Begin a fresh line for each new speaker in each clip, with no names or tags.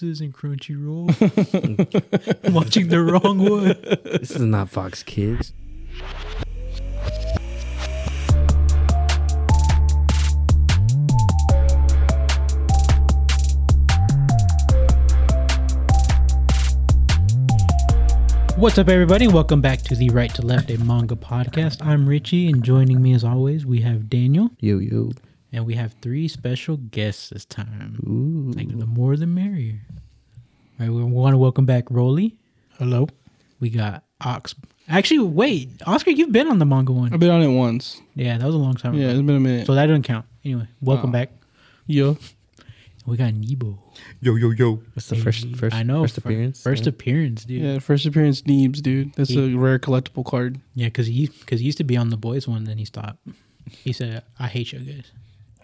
monsters and Crunchyroll. I'm watching the wrong one.
This is not Fox Kids.
What's up, everybody? Welcome back to the Right to Left, a manga podcast. I'm Richie, and joining me as always, we have Daniel,
Yo yo.
and we have three special guests this time.
Ooh.
Like the more the merrier. All right, we want to welcome back Rolly.
Hello.
We got Ox. Actually, wait, Oscar, you've been on the manga one.
I've been on it once.
Yeah, that was a long time
Yeah,
ago.
it's been a minute.
So that doesn't count. Anyway, welcome
Oh.
back.
Yo.
We got Nebo.
Yo, yo, yo.
That's the first first
I know
first
fir-
appearance.
First appearance, dude.
Yeah, first appearance Neebs, dude. That's a rare collectible card.
Yeah, because he because he used to be on the boys one, then he stopped. He said, "I hate you guys."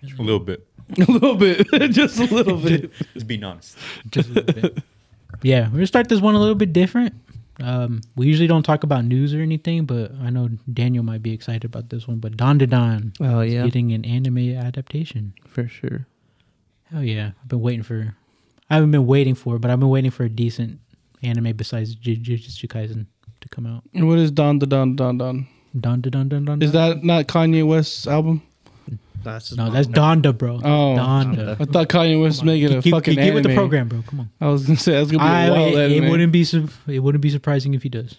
A little bit.
a little bit. Just a little bit.
Let's be honest.
Just a little bit. yeah, we're gonna start this one a little bit different. Um, we usually don't talk about news or anything, but I know Daniel might be excited about this one. But Don Don
oh
is
yeah,
getting an anime adaptation.
for sure.
Hell yeah! I've been waiting for. I haven't been waiting for, it, but I've been waiting for a decent anime besides Jujutsu Kaisen to come out.
And what is Don the Don Don Don?
Don Don Don Don. Don.
Is that not Kanye West's album?
That's
no? That's Donda, bro.
Oh.
Donda.
I thought Kanye was making a
Keep-
fucking
keep with the
anime.
program, bro. Come on.
I was gonna say that's gonna be
I,
a wild
it, it
anime.
wouldn't be su- it wouldn't be surprising if he does.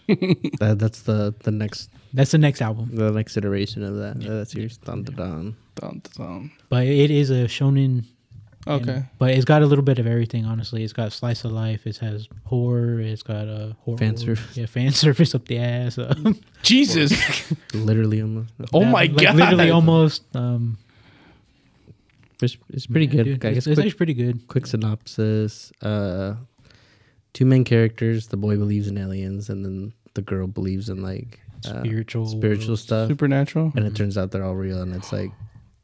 that, that's the the next
That's the next album,
the next iteration of that. That's yours. Dun dun dun.
Don, Don.
but it is a shonen. and-
Okay.
but it's got a little bit of everything. Honestly, it's got slice of life. It has horror. It's got a horror.
Fan service.
Yeah, fan service up the ass. uh,
Jesus.
Literally, almost.
oh
yeah,
my
like,
god.
Literally almost. Um,
It's, it's pretty
yeah,
good.
dude,
I
it's
guess
it's
quick,
actually pretty good.
quick synopsis. Uh, two main characters. The boy believes in aliens, and then the girl believes in like uh,
Spiritual.
spiritual stuff.
Supernatural.
And it turns out they're all real, and it's like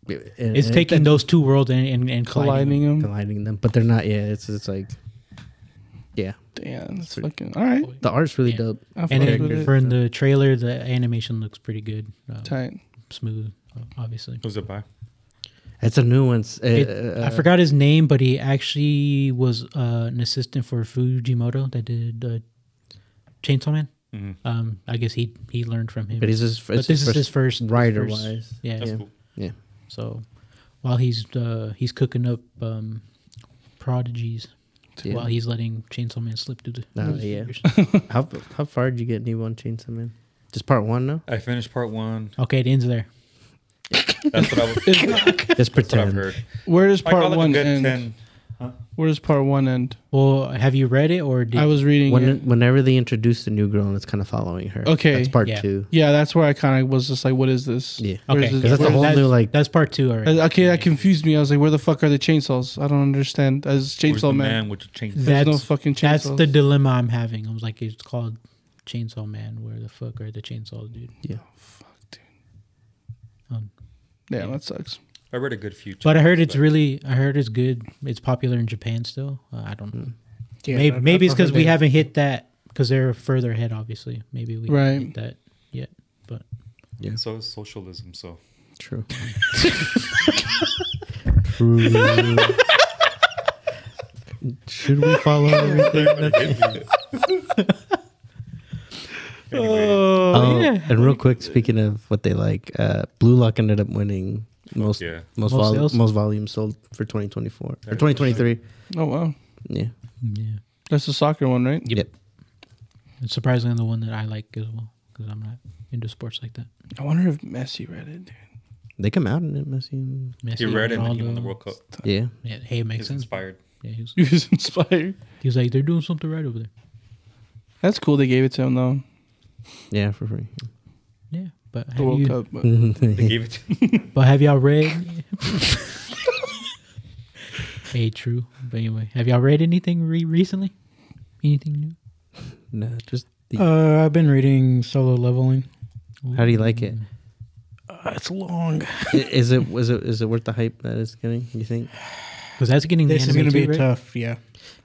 it- and-
It's
and
taking those two worlds and and, and colliding.
Colliding him.
colliding them, but they're not. Yeah, it's it's like yeah,
Damn. That's fucking all right.
the art's really
Yeah.
dope.
I
And
fucked
it,
with it.
for in the trailer, the animation looks pretty good, uh,
Tight.
smooth, uh, obviously.
What's up, bye?
It's a new one. S- uh,
It- I
uh,
forgot his name, but he actually was uh, an assistant for Fujimoto that did uh, Chainsaw Man.
Mhm.
Um, I guess he he learned from him.
But he's his.
But
It's
this
his
is his first
writer
first-
wise.
Yeah,
That's
yeah.
cool.
So while he's uh, he's cooking up um, prodigies,
Yeah.
while he's letting Chainsaw Man slip through the
Nah,
through the
yeah.
fingers.
How how far did you get New One Chainsaw Man? Just part one now.
I finished part one.
Okay, it ends there.
That's what, I, was- that's
Just
what I've
pretend.
heard.
Where does
I call
part
it a
one
good
end?
10.
Where does part one end?
Well, have you read it or did
I was reading it.
When, whenever they introduce the new girl, and it's kind of following her.
Okay.
that's part
Yeah.
two.
Yeah, that's where I kind of was just like, what is this?
Yeah,
Where's
okay?
this-
'Cause that's a
where-
whole new, like-
that's part two already.
Uh, Okay, that confused me. I was like, where the fuck are the chainsaws? I don't understand. As
Where's the
chainsaw man.
with the chainsaw?
That-
There's no
That's-
fucking chainsaws.
That's the dilemma I'm having. I was like, it's called Chainsaw Man. Where the fuck are the chainsaws, dude?
yeah, that sucks.
I read a good few.
But I heard it's
chapters,
really, I heard it's good. It's popular in Japan still. Uh, I don't
Mm,
know. maybe
I've-
maybe
I've
it's because
heard
we
they-
haven't hit that because they're further ahead. Obviously, maybe we
Right.
haven't hit that yet. But
but- So is socialism. So
True. True. Should we follow everything?
anyway,
Oh, and real quick, speaking of what they like, uh, Blue Lock ended up winning most
yeah.
Most
most vol-
sales?
most volume sold for 2024 or
Very
2023.
Oh, wow.
Yeah,
yeah,
That's the soccer one, right?
yep.
it's surprisingly the one that I like as well because I'm not into sports like that.
I wonder if Messi read it, dude.
They come out in it, Messi.
He
Messi,
read it and he won the
Ronaldo.
World Cup.
Yeah,
Yeah, hey, it
He
makes
was
sense.
inspired.
Yeah, he was,
He was inspired.
he was like, they're doing something right over there.
That's cool they gave it to him, though.
yeah, for free.
Yeah, but have
The World
you,
Cup. But
They gave it to
But have y'all read? hey, true. But anyway, have y'all read anything re- recently? Anything new?
no, just the,
Uh, I've been reading Solo Leveling.
how do you like it?
Uh, it's long.
I- Is it was it is it worth the hype that it's getting? You think?
Because that's getting
This
the
is
anime
going to be
too, right?
tough. Yeah,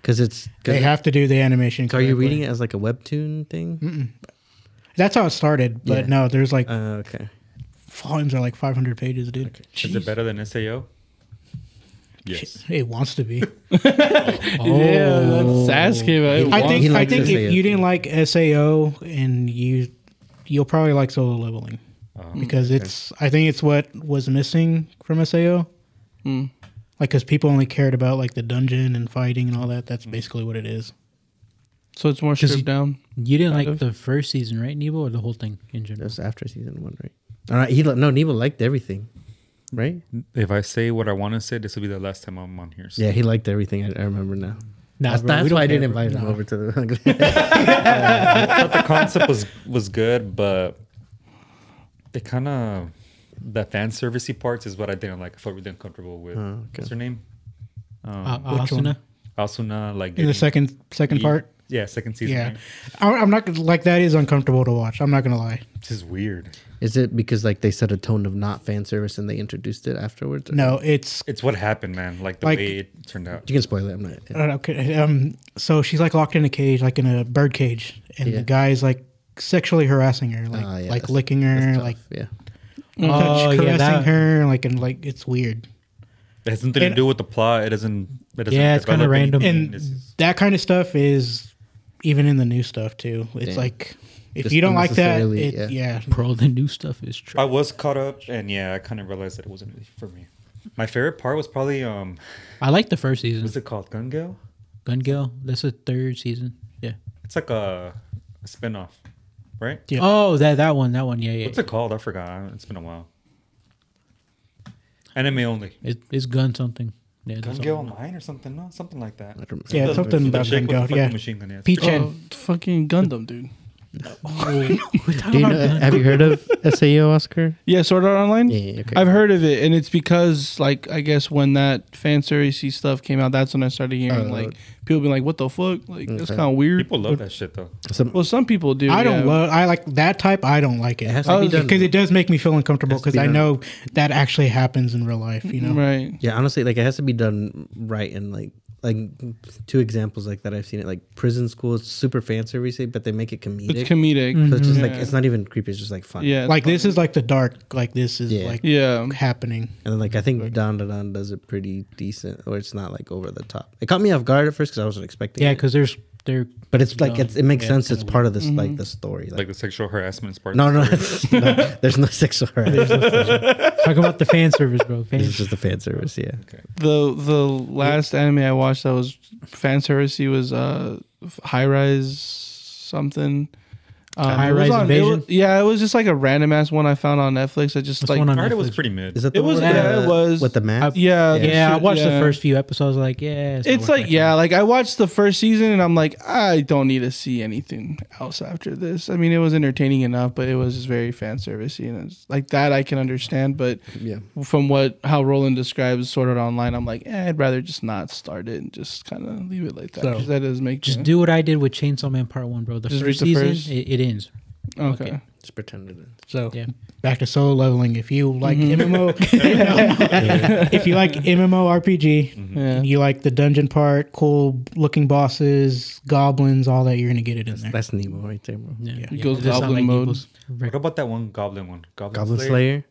Because it's.
they have to do the animation.
are you reading it as like a webtoon thing?
That's how it started, but
Yeah.
no, there's like
Uh, okay.
volumes are like 500 pages, dude.
Is it better than SAO? Yes.
It wants to be.
Yeah, let's ask him.
He-
I
I
Wants-
think.
he
I
likes
think
SAO.
if you didn't like Sao and you, you'll probably like solo leveling
Uh,
because it's. I think it's what was missing from Sao.
Mm.
Like, because people only cared about like the dungeon and fighting and all that. That's
Mm-hmm.
basically what it is.
So it's more
Does
stripped
he-
down.
You didn't
Kind
like
of.
the first season, right, Nebo, or the whole thing in
That
general?
was after season one, right? All right. He li- no, Nebo liked everything, right?
If I say what I want to say, this will be the last time I'm on here. So.
Yeah, he liked everything. I, I remember now.
Nah,
that's
bro, we
that's
don't
why I
care,
didn't
bro.
invite him
Nah.
over to the.
But the concept was was good, but they kind of the fan servicey parts is what I didn't like. I felt really uncomfortable with.
Oh, okay.
What's her name? Um,
Uh,
Which one?
Asuna?
Asuna, like
In the
getting-
second second
Ye-
part.
Yeah, second season.
Yeah,
right?
I, I'm not gonna- like that is uncomfortable to watch. I'm not gonna lie.
This is weird.
Is it because like they set a tone of not fan service and they introduced it afterwards? or-
No, it's
It's what happened, man. Like the
Like-
way it turned out.
you can spoil it. I'm not.
Uh, okay. Um, so she's like locked in a cage, like in a bird cage, and
Yeah.
the guy's like sexually harassing her, like
Ah, yeah,
like
that's-
licking
It's
her,
tough,
like
yeah.
Oh,
touch,
yeah,
caressing
that-
her, like and like it's weird.
It has nothing to
And-
do with the plot. It doesn't. It doesn't
Yeah, it's kinda
develop
random.
anything.
And
It's just-
that kind of stuff is even in the new stuff too. It's
Damn.
like if
Just
you don't like that,
unnecessarily,
it, yeah.
Bro, the new stuff is
I
trash.
was caught up, and yeah, I kind of realized that it wasn't really for me. My favorite part was probably um,
I like the first season.
what's it called? Gun Gale?
Gun Gale. That's the third season. Yeah.
It's like a, a spin off, right?
Yeah.
Oh, that that one, that one. Yeah, yeah.
What's it called? I forgot. It's been a while. Anime only.
It, it's gun something. Yeah, that's
Gun
all.
Gale Online or something? No, something like that.
I don't remember.
Yeah,
The-
something
the
about
chick
Gun
with the
Gale,
fucking
yeah.
Machine gun, yeah, it's
Peach
pretty-
Oh,
and
fucking Gundam, dude.
We're talking
Do you
about
know,
gun-
have you heard of SAO Oscar?
Yeah, Sword Art Online.
Yeah, yeah, okay.
I've heard of it, and it's because like I guess when that fan series stuff came out, that's when I started hearing
Oh.
like people being like, "What the fuck?" Like that's
Okay.
kind of weird.
People love that shit though.
Some,
well, some people do.
I don't
yeah.
love. I like that type. I don't like
It has
it Oh,
to be done.
because it does make me feel uncomfortable
Has to
because
be
I
done.
know that actually happens in real life. You know,
Right.
yeah, honestly, like it has to be done right and like like two examples like that I've seen it like prison school is super fan servicey, but they make it comedic.
It's comedic.
so it's just like
Yeah.
it's not even creepy. It's just like fun.
Yeah.
like this is like the dark. Like this is
Yeah.
like
Yeah.
happening.
And then, like, I think Don Da Don does it pretty decent, or it's not like over the top. It caught me off guard at first because I wasn't expecting
Yeah,
it.
because there's there.
But it's like,
No.
it's, it makes
Yeah,
sense. It's
kinda
part of
Mm-hmm.
this, like, the story. Like,
Like the sexual harassment part.
no, no, it's- no, there's no sexual harassment.
Talk about the fan service, bro. Fan
It's just the fan service, yeah.
The the last anime I watched that was fan servicey was uh High Rise something. Um,
High
it was
Rise
on- it was-
Invasion?
yeah, it was just like a random ass one I found on Netflix. I just
What's
like
one on
I heard it was
Netflix?
pretty mid.
Is that the
It
one
was-
with
yeah,
the-
it was.
with the mask?
yeah
Yeah, I watched
yeah.
the first few episodes. I was like, yeah, not
It's
worth
like
my
yeah, like I watched the first season and I'm like I don't need to see anything else after this. I mean, it was entertaining enough, but it was just very fan servicey and it's like that I can understand. But
yeah.
from what how Roland describes Sword Art Online, I'm like eh, I'd rather just not start it and just kind of leave it like that.
So-
'cause that doesn't make
Just
yeah.
do what I did with Chainsaw Man Part One, bro. The
Just read
first
the
season,
first-
It, it ends.
okay.
okay.
Just pretend it is.
So
Yeah.
back to solo leveling. If you like
Mm-hmm.
MMO, if you like MMO RPG,
Yeah.
you like the dungeon part, cool looking bosses, goblins, all that. You're gonna get it in there.
That's Nemo right there, bro.
Yeah,
It goes
It does sound
goblin mode.
Evil's-
What about that one goblin one? Goblin,
Goblin
Slayer?
Slayer.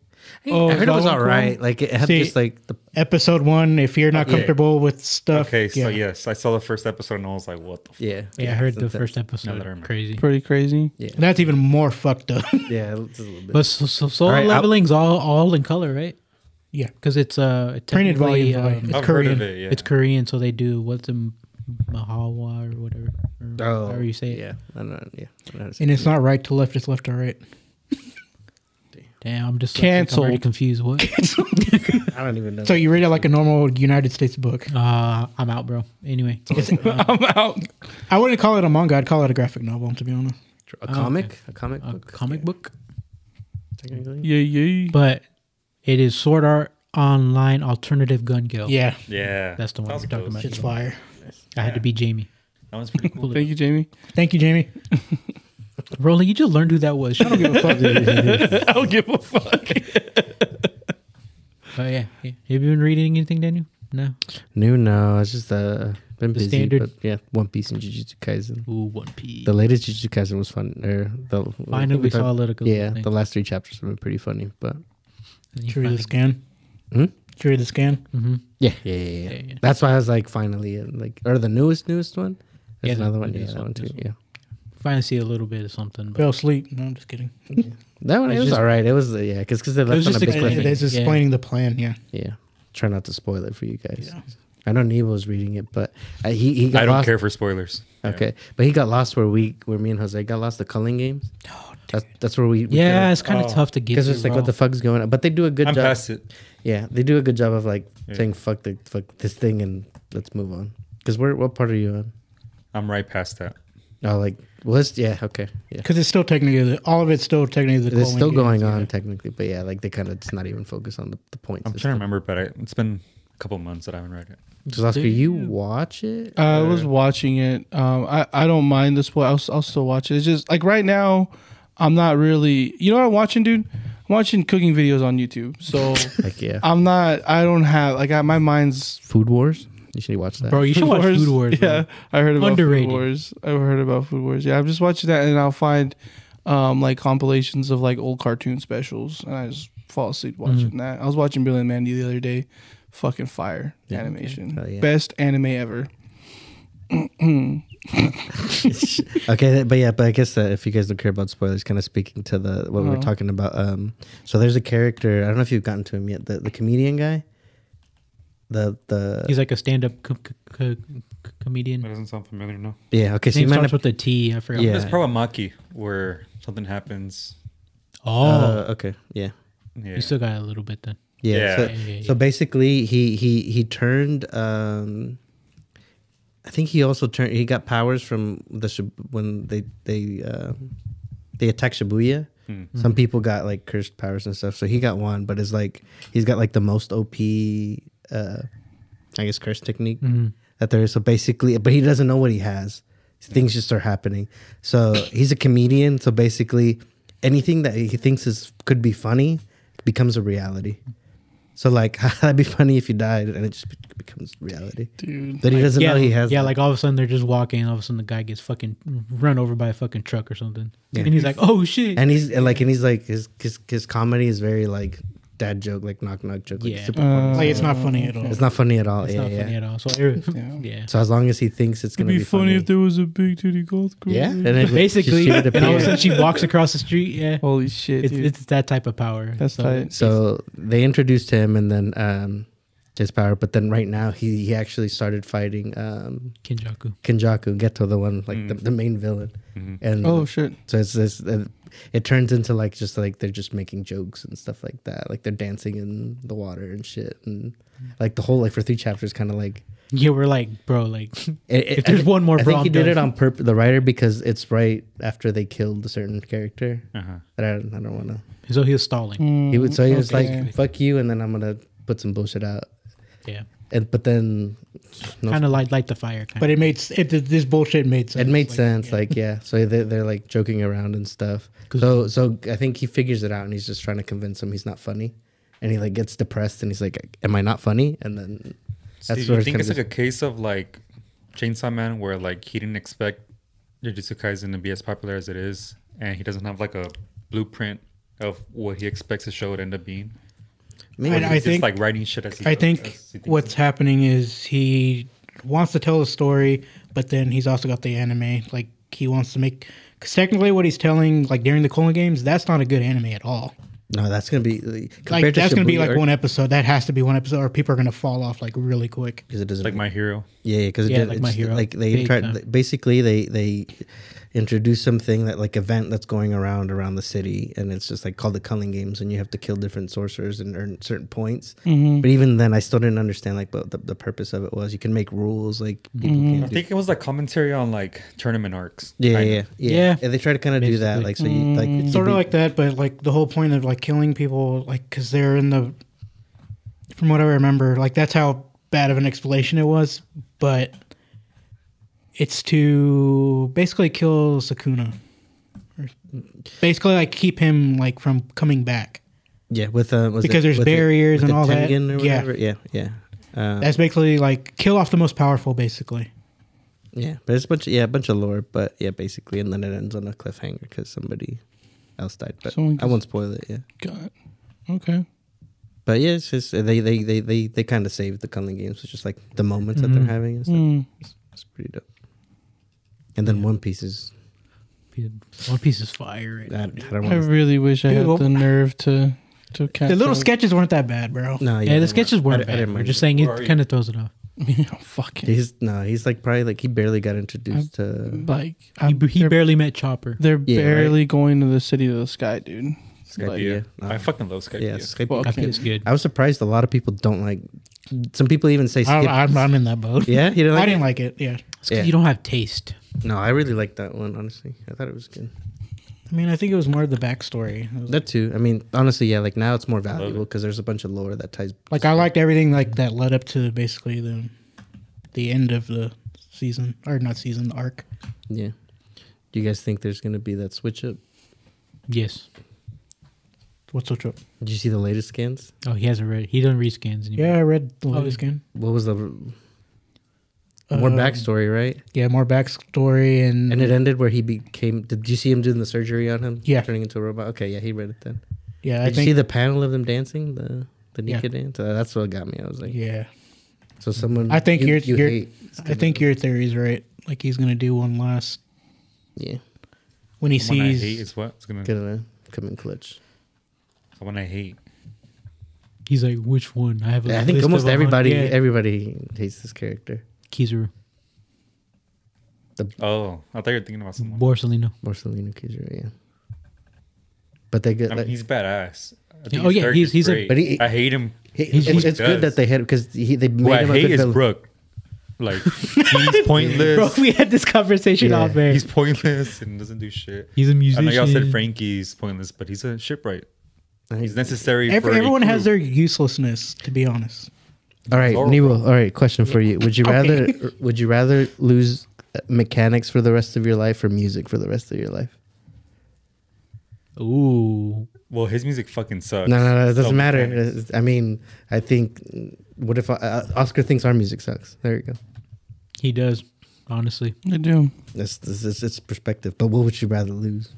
Oh,
I heard it was
Goblin
all right. Like, it had
See-
just, like, the.
Episode one. If you're not
Okay.
comfortable with stuff,
Okay, so yes, I saw the first episode and I was like, what the f-?
Yeah.
Yeah, I heard the
that's-
first
that I
episode.
remember.
Crazy.
pretty crazy.
that's even more fucked up.
Yeah, it's a little bit.
But so, so solo
All right, I'll-
leveling's all all in color, right?
yeah,
Because it's uh
Printed
technically,
volume, volume.
um,
It's
I've
Korean.
heard of it. Oh, Yeah.
It's Korean, so they do what's in Mahawa or whatever, or
Oh,
however you say it.
Yeah. I don't know. Yeah. I don't know how to say
and
it.
it's not right to left. It's left to right.
Damn, I'm just I'm already
Cancelled.
confused. What?
I don't even know.
So you read it like a normal United States book.
uh, I'm out, bro. Anyway,
I'm out.
I wouldn't call it a manga. I'd call it a graphic novel. To be honest,
a
Oh, okay.
comic? A comic
a
book?
comic book,
Technically?
Yeah, yeah.
but it is Sword Art Online Alternative Gun Guild.
yeah,
yeah.
That's the one
That was
we're talking
close.
about.
shit's fire.
I had to be Jamie.
That was pretty cool.
Thank you, Jamie.
Thank you, Jamie.
Roland, you just learned who that was. Shut up.
I don't give a fuck.
Oh yeah. yeah. Have you been reading anything, Daniel? No.
New, no. It's just uh, been
The
busy.
standard.
But yeah, One Piece and Jujutsu Kaisen.
Ooh, One Piece.
The latest Jujutsu Kaisen was fun. Or the I
Finally,
think
we saw a
talked-
little good.
Yeah,
thing.
the last three chapters have been pretty funny. But
And you
Should we read
finally-
the scan?
Hmm?
Jury of the Scan.
Mm-hmm.
Yeah, yeah, yeah, yeah.
Yeah, yeah.
That's why I was like, finally, uh, like, or the newest, newest one. There's
Yeah, the
another one. Yeah,
newest
that
one,
one too.
newest
Yeah,
Finally see a little bit of something. But
Fell asleep. No, I'm just kidding.
that one it
It's
was
just-
all right. It was uh, yeah, because they left
was
on a
just
big
a-
It-
Cliffhanger.
cliffhanger.
It's explaining the plan. Yeah.
Yeah, try not to spoil it for you guys.
Yeah.
I know Nevo was reading it, but uh, he he got
I don't
lost.
care for spoilers. Yeah.
Okay, but he got lost where we, where me and Jose got lost. The culling games. that's that's where we. we
Oh, yeah, it's kind of
Oh.
tough to get.
Because it's
through,
like, what
bro.
the fuck's going on? But they do a good
I'm
job.
past it.
Yeah, they do a good job of like
Yeah.
saying fuck the fuck this thing and let's move on. Because where what part are you on?
I'm right past that.
Oh, like was yeah okay yeah.
Because it's still technically the, all of it's still technically the.
It's still
Colin
going
games,
on technically, but yeah, like they kind of just not even focus on the, the points.
I'm trying to remember, but I, it's been a couple months that I haven't read it.
Does Oscar, you watch it?
I
or-
Uh, was watching it. Um, I I don't mind the spoil. I'll, I'll still watch it. It's just like right now, I'm not really. You know what I'm watching, dude? I'm watching cooking videos on YouTube. So
like yeah,
I'm not. I don't have like I, my mind's.
Food Wars. You should watch that.
bro, Oh, you should watch Food Wars.
Yeah,
Bro.
I heard about
Underrated.
Food Wars. I heard about Food Wars. Yeah, I'm just watching that, and I'll find um, like compilations of like old cartoon specials, and I just fall asleep
Mm-hmm.
watching that. I was watching Billy and Mandy the other day. Fucking fire
Yeah.
animation,
Hell yeah.
best anime ever.
okay, th- but yeah, but I guess that if you guys don't care about spoilers, kind of speaking to the what we
Oh.
were talking about. Um, so there's a character. I don't know if you've gotten to him yet. The the comedian guy. The the
He's like a stand-up co- co- co- co-
That
comedian.
doesn't sound familiar, no.
yeah okay.
His
So you
name
might
starts
not,
with a T. I forgot.
Yeah.
There's Probamaki where something happens.
Oh,
uh, okay. Yeah.
Yeah.
you still got a little bit then.
Yeah.
Yeah.
So,
Yeah, yeah,
so basically, he he he turned. Um, I think he also turned. He got powers from the Shib- when they they uh, they attacked Shibuya.
Hmm.
Some people got like cursed powers and stuff. So he got one, but it's like he's got like the most OP, uh, I guess, curse technique
Mm-hmm.
that there is. So basically, but he doesn't know what he has. Things just are happening. So he's a comedian. So basically, anything that he thinks is could be funny becomes a reality. So like, that'd be funny if you died, and it just be- becomes reality.
Dude,
That he doesn't
yeah,
know he has.
yeah,
that.
like all of a sudden they're just walking, and all of a sudden the guy gets fucking run over by a fucking truck or something,
Yeah.
and he's like, "Oh shit!"
and he's and like, and he's like, his his his comedy is very like dad joke, like knock knock joke. Like,
Yeah.
super
Uh,
funny.
Like it's not funny at all.
It's not funny at all.
it's
yeah,
not
oh, yeah.
funny at all. So, it-
Yeah.
yeah.
So as long as he thinks it's
It'd
gonna
be,
be,
funny, if there was a big titty golf girl.
yeah, and
there.
then she-
basically,
she would
and all of a
appear.
sudden she walks across the street. Yeah,
Holy shit,
it's,
dude.
it's that type of power.
That's
so,
tight.
So they introduced him, and then um, his power. But then right now, he he actually started fighting um,
Kinjaku.
Kenjaku Geto, the one like the,
Mm.
the main villain.
Mhm.
And
Oh shit.
so it's this. Uh, it turns into like just like they're just making jokes and stuff like that. Like they're dancing in the water and shit, and like the whole like for three chapters, kind of like
Yeah, we're like, bro, like
it, it-
If there's
I-
one more
I
bro,
think he
I'm
did it
done.
on purpose. The writer because it's right after they killed a certain character.
Uh-huh.
That I, I don't want to.
so he was stalling.
Mm.
He would so he was
okay.
like, "Fuck you," and then I'm gonna put some bullshit out.
Yeah,
And but then, no,
kind of like light the fire. Kinda.
But it made s- it, this bullshit made sense.
it made
Like,
sense.
yeah.
Like yeah, so they, they're like joking around and stuff. So so I think he figures it out, and he's just trying to convince him he's not funny, and he like gets depressed, and he's like, "Am I not funny?" And then
So
That's
do
where
you
it's
think
kinda
it's like a
just-
case of like Chainsaw Man where like he didn't expect Jujutsu Kaisen to be as popular as it is and he doesn't have like a blueprint of what he expects the show to end up being? Or
maybe
I-
he's
I
just
think-
like writing shit as he
I
goes-
think
as he thinks
what's happening is he wants to tell a story, but then he's also got the anime. Like he wants to make. Because technically, what he's telling, like during the colon games, that's not a good anime at all.
no, that's gonna be compared
Like
to
that's going to be
Shibuya
like
Arc-
one episode. That has to be one episode, or people are going to fall off like really quick.
because it doesn't
it's like my hero.
Yeah, because
Yeah,
yeah,
like
like
My Hero.
like they
Big
tried,
time.
th- basically they they introduce something that like event that's going around around the city, and it's just like called the Culling Games, and you have to kill different sorcerers and earn certain points. But even then, I still didn't understand like what the, the purpose of it was. You can make rules like people
I
can't do.
think it was like commentary on like tournament arcs.
Yeah, yeah,
kind
yeah,
of.
yeah.
Yeah.
And they try to kind of do that,
Basically.
like so you like
It's sort of like that, but like the whole point of like killing people, like because they're in the. From what I remember, like that's how bad of an explanation it was, but it's to basically kill Sakuna, Or basically like keep him like from coming back.
yeah with uh, was it-
because there's
with the-
barriers
with
and
the
all that.
Tengen Or
Yeah.
whatever. yeah, yeah, Um,
That's basically like kill off the most powerful, basically.
Yeah, but it's a bunch. Of, yeah, a bunch of lore. But yeah, basically, and then it ends on a cliffhanger because somebody else died. But
Someone
I won't spoil it. Yeah,
God. Okay.
But yeah, it's just they they they they, they kind of save the Cullen games. It's just like the moments that
Mhm.
they're having. And stuff.
Mm.
It's pretty dope. And then One Piece is
One Piece is fire. Right
I, I
now, dude.
don't
I
want.
really wish I
Dude,
had
well-
the nerve to to catch
The little
up.
sketches weren't that bad, bro.
No,
yeah, the sketches weren't
I, I
bad.
didn't
We're
mind
just
it.
saying
Where are
it
you?
kind of throws it off.
Yeah, fucking
He's uh, no, he's like probably like he barely got introduced to
like
He,
I'm,
he
they're,
barely met Chopper.
they're
Yeah, right.
barely going to the city of the sky, dude.
Skype.
Like,
yeah.
yeah. Uh-huh.
I fucking love Skype.
yeah.
Yeah.
Skype.
Fuck.
I think it's good.
I was surprised a lot of people don't like. Some people even say
I,
skip.
I'm, I'm in that boat.
yeah, you didn't like
I didn't
it?
like it. Yeah,
It's 'cause
Yeah.
you don't have taste.
No, I really liked that one. Honestly, I thought it was good.
I mean, I think it was more of the backstory. It was
That too. I mean, honestly, yeah. Like now, it's more valuable
it.
because there's a bunch of lore that ties.
like I liked everything like that led up to basically the the end of the season or not season the arc.
Yeah. Do you guys think there's gonna be that switch up?
Yes.
What's so true?
Did you see the latest scans?
Oh, he hasn't read. He doesn't read scans anymore.
Yeah, I read the
Oh,
latest game.
What was the more
Um,
backstory, right?
Yeah, more backstory and,
And it uh, ended where he became. Did you see him doing the surgery on him?
Yeah.
turning into a robot. Okay, yeah, he read it then.
yeah, I
Did you see
think
the panel of them dancing the the
Yeah.
naked dance? Uh, that's what got me. I was like,
yeah,
so someone.
I think
you,
you're-
you
you're-
hate. is
I
gonna-
think your theory's right. Like he's gonna do one last
yeah
when he
When I hate
sees.
is what? It's gonna,
gonna come in clutch.
When I hate.
He's like, which one? I have. a
I think
list
almost
of a hundred-
everybody
Yeah.
everybody hates this character.
Kizaru,
Oh, I thought you were thinking about someone.
Borsellino.
Marcelino Kizra, yeah. But they get
I
like,
mean, he's badass. I think
Yeah,
his
oh, yeah,
character's
he's- he's a-
great.
But he-
I hate him.
he-
he's-
it's,
he
it's good
does.
that they had because he they made
What
him
I
a good
hate is
villain.
Brooke. Like he's pointless.
Bro, we had this conversation
Yeah.
off air.
He's
He's,
pointless and doesn't do shit.
a
I
musician.
know y'all said Frankie's pointless, but he's a shipwright. He's necessary.
Every,
for a
everyone has
crew.
their uselessness, to be honest.
All right,
Horrible.
Nero. All right, question for you: Would you rather would you rather lose uh, mechanics for the rest of your life or music for the rest of your life?
Ooh,
Well, his music fucking sucks.
No, no, no. It doesn't
So
matter.
mechanics.
It's- I mean, I think. What if uh, Oscar thinks our music sucks? There you go.
he does. Honestly,
I do.
That's this is it's perspective. But what would you rather lose?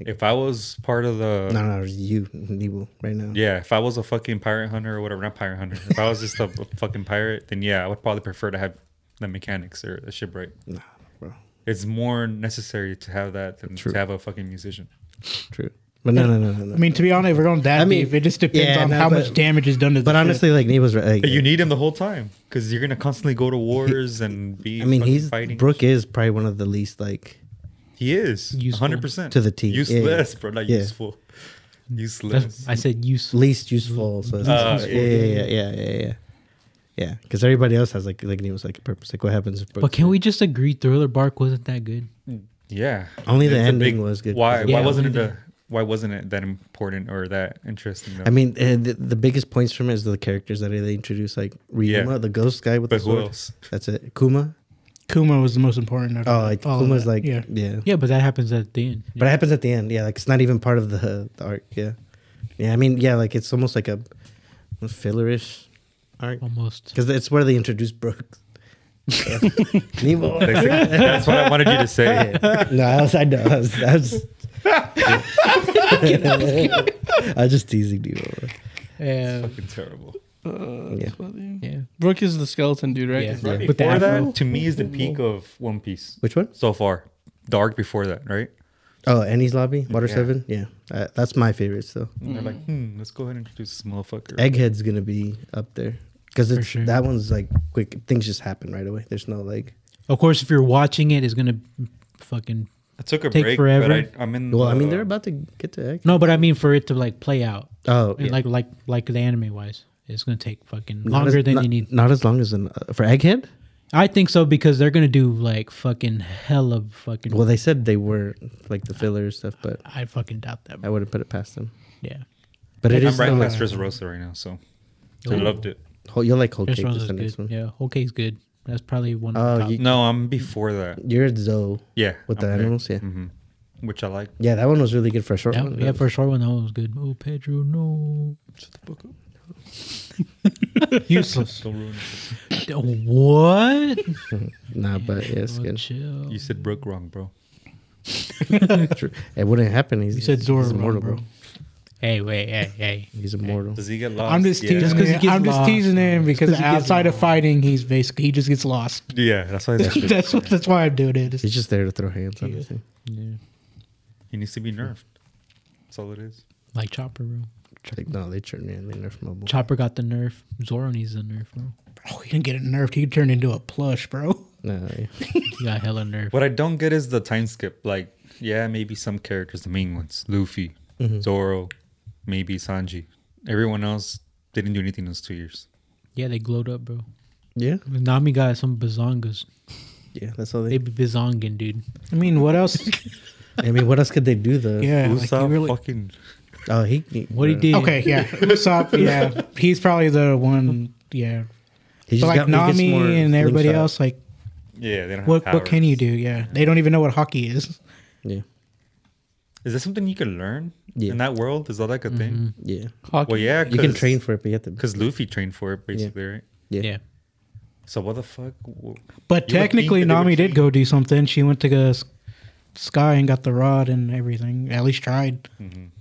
If I was part of the
No, no, you, Nero, right now.
Oh. Yeah, if I was a fucking pirate hunter or whatever, not pirate hunter. If I was just a fucking pirate, then yeah, I would probably prefer to have the mechanics or a shipwright.
Nah, bro.
It's more necessary to have that than
True.
to have a fucking musician.
True. But no, no, no, no. no.
I mean, to be honest, if we're going that
I mean,
deep, it just depends
yeah,
on
no,
how
but-
much damage is done to. the
but
ship.
honestly, like Nero's right. Like,
But you need him the whole time because you're gonna constantly go to wars and be.
I mean,
fucking
he's
fighting.
Brooke is probably one of the least like.
He is
Useful.
hundred percent
To the T, yeah.
Useless, bro. Not
Yeah.
useful.
that's,
Useless.
I said use.
least useful. So it's
Uh,
yeah, yeah, yeah, yeah, yeah, yeah. Yeah, because everybody else has like like Nemo's like a purpose. Like what happens? If
But can we just agree? Thriller Bark wasn't that good.
yeah.
Only the
It's a
ending was good.
Why?
Yeah,
why wasn't it?
only
The, why wasn't it that important or that interesting? Though?
I mean, uh, the, the biggest points from it is the characters that they introduced, like Ryuma,
Yeah.
the ghost guy with
but
the
who
sword.
else?
That's it. Kuma.
Kuma was the most important. Out
Oh,
of
like,
all of
Kuma's
that.
like yeah.
yeah.
Yeah, but that happens at the end.
But it happens at the end. Yeah, like it's not even part of the the arc. Yeah, yeah. I mean, yeah, like it's almost like a fillerish arc
almost.
because it's where they introduce Brooks. Nemo.
That's what I wanted you to say.
no, I was, I know. I was, I was, I was just teasing you.
Yeah,
Fucking terrible.
Uh,
Yeah.
yeah.
Brooke is the skeleton dude, right?
Yeah.
Right
Yeah.
With the
before
afro.
that, to me, is the peak of One Piece
Which one?
so far. The arc before that, right?
Oh, Annie's Lobby, Water
Yeah.
Seven. Yeah, uh, that's my favorite. So
And they're like,
Mm.
hmm, let's go ahead and introduce this motherfucker.
Egghead's gonna be up there because it's
sure.
that one's like quick. Things just happen right away. There's no like.
Of course, if you're watching it, it's gonna fucking
I took a
Take
break,
forever.
but I, I'm in.
Well, I mean,
Uh,
the-
they're about to get to Egg.
no. But I mean, for it to like play out
Oh,
and
yeah.
like like like the anime wise, it's gonna take fucking
Not
longer
as-
than
not,
you need.
Not as long as an, uh, for Egghead.
I think so because they're gonna do like fucking hell of fucking.
Well, they said they were like the filler stuff, but
I fucking doubt that.
I wouldn't put it past them.
Yeah.
But it
I'm
is
right
still,
past Dressrosa right now, so I
Oh.
Ooh.
loved it.
whole- you'll like whole
Fish
cake.
rolls
Is
is
the next
good.
one.
Yeah, whole cake's good. That's probably one of
Oh,
the top.
you-
No, I'm before that.
You're at Zoe
Yeah,
with the animals. Yeah,
hmm which I like.
yeah, that one was really good for a short
yeah,
one.
yeah, for a short one, that one was good. Oh, Pedro, no.
useless.
Don't ruin it.
what?
Nah, but yeah, it's
Oh,
good.
Chill.
You said Brooke wrong, bro.
True. It wouldn't happen. He's,
You said Zoro,
he's immortal,
bro.
bro.
Hey, wait, hey, hey.
He's immortal.
Does he get lost?
I'm just
yeah.
teasing.
he
Him.
gets
I'm just
lost.
teasing him because
'cause he gets
outside of
lost.
fighting, he's basically he just gets lost.
Yeah, that's why that's,
that's what. That's why I'm doing it.
He's just there to throw hands on everything.
He needs to be nerfed. That's all it is.
Like Chopper, bro.
Like, no, they turn in. They nerf mobile.
Chopper got the nerf. Zoro needs the nerf, bro.
Oh, he didn't get it nerfed. He turned into a plush, bro.
No, yeah.
He got hella nerf.
What I don't get is the time skip. Like, yeah, maybe some characters, the main ones, Luffy,
Mm-hmm.
Zoro, maybe Sanji. Everyone else didn't do anything in those two years.
Yeah, they glowed up, bro.
yeah,
Nami got some bazongas.
yeah. That's all
They
they.
be bazonging, dude.
I mean, what else?
I mean, what else could they do though?
Yeah, like
Usopp
you really.
fucking
Oh, he. he-
What he
bro.
did?
Okay, yeah, Usopp, yeah, he's probably the one. Yeah,
He
but like
got- he gets
Nami
more
and everybody
slingshot.
else, like
yeah. They don't
what
have
what can you
powers.
do? Yeah, they don't even know what hockey is.
Yeah,
Is that something you can learn
Yeah.
in that world? Is that like a thing?
yeah.
Hockey.
Well, yeah,
You can train for it, but you have to.
because Luffy trained for it basically, right?
Yeah.
Yeah.
So what the fuck? W- You would
But
think
technically,
that they would
Nami did
change-
go do something. She went to go s- sky and got the rod and everything. At least tried.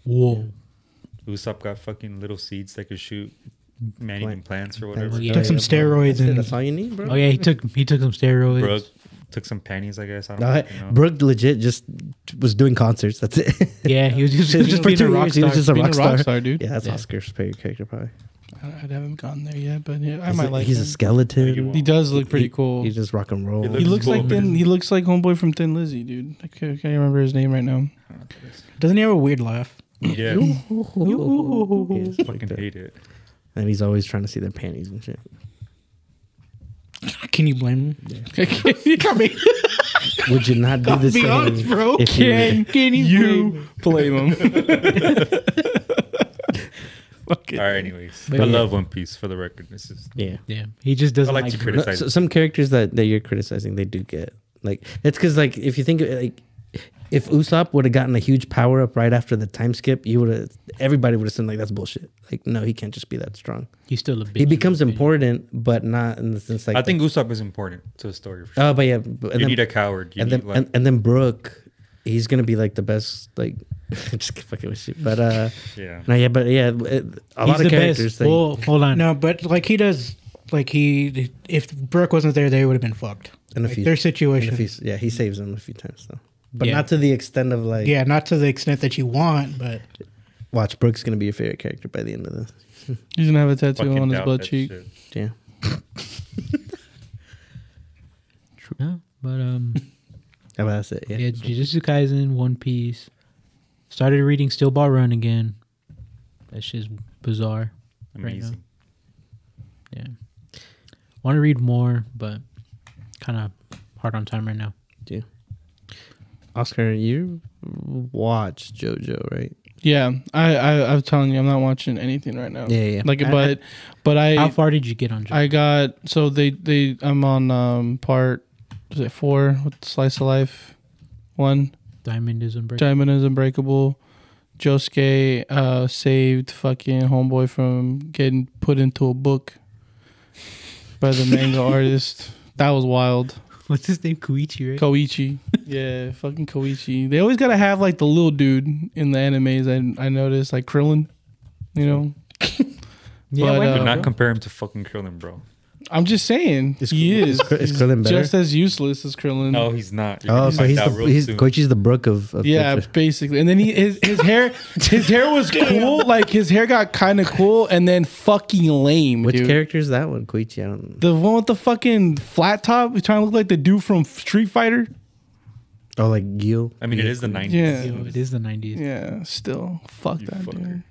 Whoa.
Usopp got fucking little seeds that could shoot man eating plants or whatever.
That's-
Yeah.
Took some steroids
That's, it,
and
that's all you need, bro.
Oh yeah, he took he took some steroids.
Brooke took some panties, I guess. I don't
No, I-
fucking know.
Brooke legit just was doing concerts. That's it.
Yeah, he was just, he was just
for
being a
two
rock
years, he
star.
was just a
Being
rock,
a rock
star.
star, dude.
Yeah, that's
Yeah.
Oscar's favorite character, probably.
I I haven't gotten there yet, but yeah, I
He's
might
a,
like.
He's a
him.
skeleton.
he does look pretty
He-
cool.
He just rock and roll.
He looks
Cool.
like thin, he looks like homeboy from Thin Lizzy, dude. I can't, I can't remember his name right now.
doesn't he have a weird laugh?
yeah,
He's like
fucking
that.
hate it.
And he's always trying to see their panties and shit.
Can you blame him? I mean,
Would you not do the
be
same?
honest, bro.
If you were-
Can, can you, blame
blame
him?
him.
All right, anyways,
But
I
yeah.
love One Piece for the record. This is
yeah.
Yeah, he just doesn't
I like
like.
to
Brooke.
No,
criticize.
so some characters that, that you're criticizing, they do get like it's because like if you think of it, like if Usopp would have gotten a huge power up right after the time skip, you would have everybody would have said like that's bullshit. Like no, he can't just be that strong.
He's still a bitch.
he becomes
in my opinion.
important, but not in the sense like
I think Usopp is important to the story. For sure.
Oh, but yeah, but- and
you
then,
need a coward. You
and
need
then
like
and, and then Brooke, he's gonna be like the best. Like just fucking with shit, but uh,
yeah.
no, yeah, but yeah, it, a lot
He's the
of characters.
best.
Like,
Well, hold on.
No, but like he does. Like he, if Brooke wasn't there, they would have been fucked.
And if
Like,
he-
their
and if
situation,
he's, yeah, he saves them a few times though, but
Yeah.
not to the extent of like
yeah, not to the extent that you want, but
Watch, Brooke's gonna be your favorite character by the end of this.
He's gonna have a tattoo
fucking
on his
doubt
butt
that
cheek.
shit.
Yeah.
Yeah, but um,
How about that's it? Yeah.
yeah, Jujutsu Kaisen, One Piece. Started reading Steel Ball Run again. That shit's bizarre. Right now.
Amazing.
Yeah, want to read more, but kind of hard on time right now.
Oscar, you watch JoJo, right?
Yeah, I, I I'm telling you, I'm not watching anything right
Oh.
now.
Yeah, yeah.
Like,
I-
but but
How
I
far did you get on? Joe?
I got so they they I'm on um part is it four with slice of life one.
Diamond is unbreakable.
Diamond is unbreakable. Josuke uh, saved fucking homeboy from getting put into a book by the manga artist. That was wild.
What's his name? Koichi, right?
Koichi, yeah, fucking Koichi. They always gotta have like the little dude in the animes. I I noticed like Krillin. You know,
yeah,
but,
why
uh,
Do not
bro?
compare him to fucking Krillin, bro.
I'm just saying
Is-
he
is
is.
Kr- is
He's
Krillin better?
just as useless as Krillin.
No, he's not. You're
Oh,
gonna
so
find
he's the,
out real
he's
soon.
Koichi's the Brook of, of
Yeah,
JoJo.
basically. And then he his, his hair his hair was cool. Like his hair got kind of cool, and then fucking lame.
Which
dude.
character is that one? Koichi, I don't.
The one with the fucking flat top, he's trying to look like the dude from Street Fighter.
Oh, like Gil.
I mean, it is the 90s.
Yeah,
Yo, it is the nineties.
yeah. Still, fuck
You
that
fucker.
dude.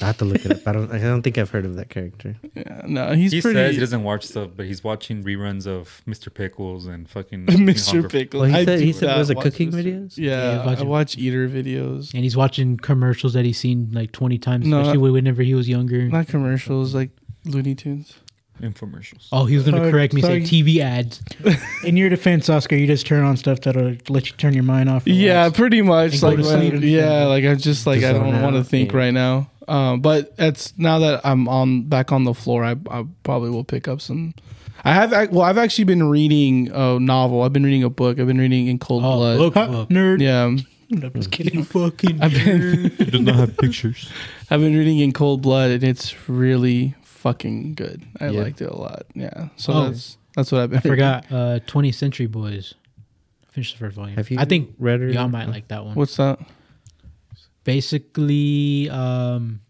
I have to look it up. I don't. I don't think I've heard of that character.
Yeah, no, he's
He
pretty.
says he doesn't watch stuff, but he's watching reruns of Mr. Pickles and fucking
Mr.
Hunger-
Pickle.
Well, he
I
said
do
he said
not
was it
watch
cooking
Mr.
Yeah,
videos?
he
Yeah,
was watching-
I watch eater videos,
And he's watching commercials that he's seen like twenty times,
No,
especially whenever he was younger.
not commercials like Looney Tunes.
infomercials.
Oh, he was going to
Sorry,
correct me. Say
sorry.
TV ads.
in your defense, Oscar, you just turn on stuff that'll let you turn your mind off. and
Yeah,
relax.
pretty much.
And go
Like,
to sleep.
when- yeah, like I'm just like I
Just
don't
zone
want to
out,
think
yeah.
right now. Um, but it's now that I'm on back on the floor, I, I probably will pick up some. I have ac- well, I've actually been reading a novel. I've been reading a book. I've been reading in Cold
Oh,
Blood.
look,
Huh,
look.
nerd.
Yeah, um, Mm.
No, I'm just kidding.
fucking
I've been
It does not have pictures.
I've been reading in Cold Blood, and it's really fucking good. I
Yeah.
liked it a lot. Yeah. So
Oh.
that's that's what I've been.
I forgot. Uh, 20th Century Boys. Finished the first volume.
Have you?
I think
read it?
y'all might like that one.
What's that?
basically um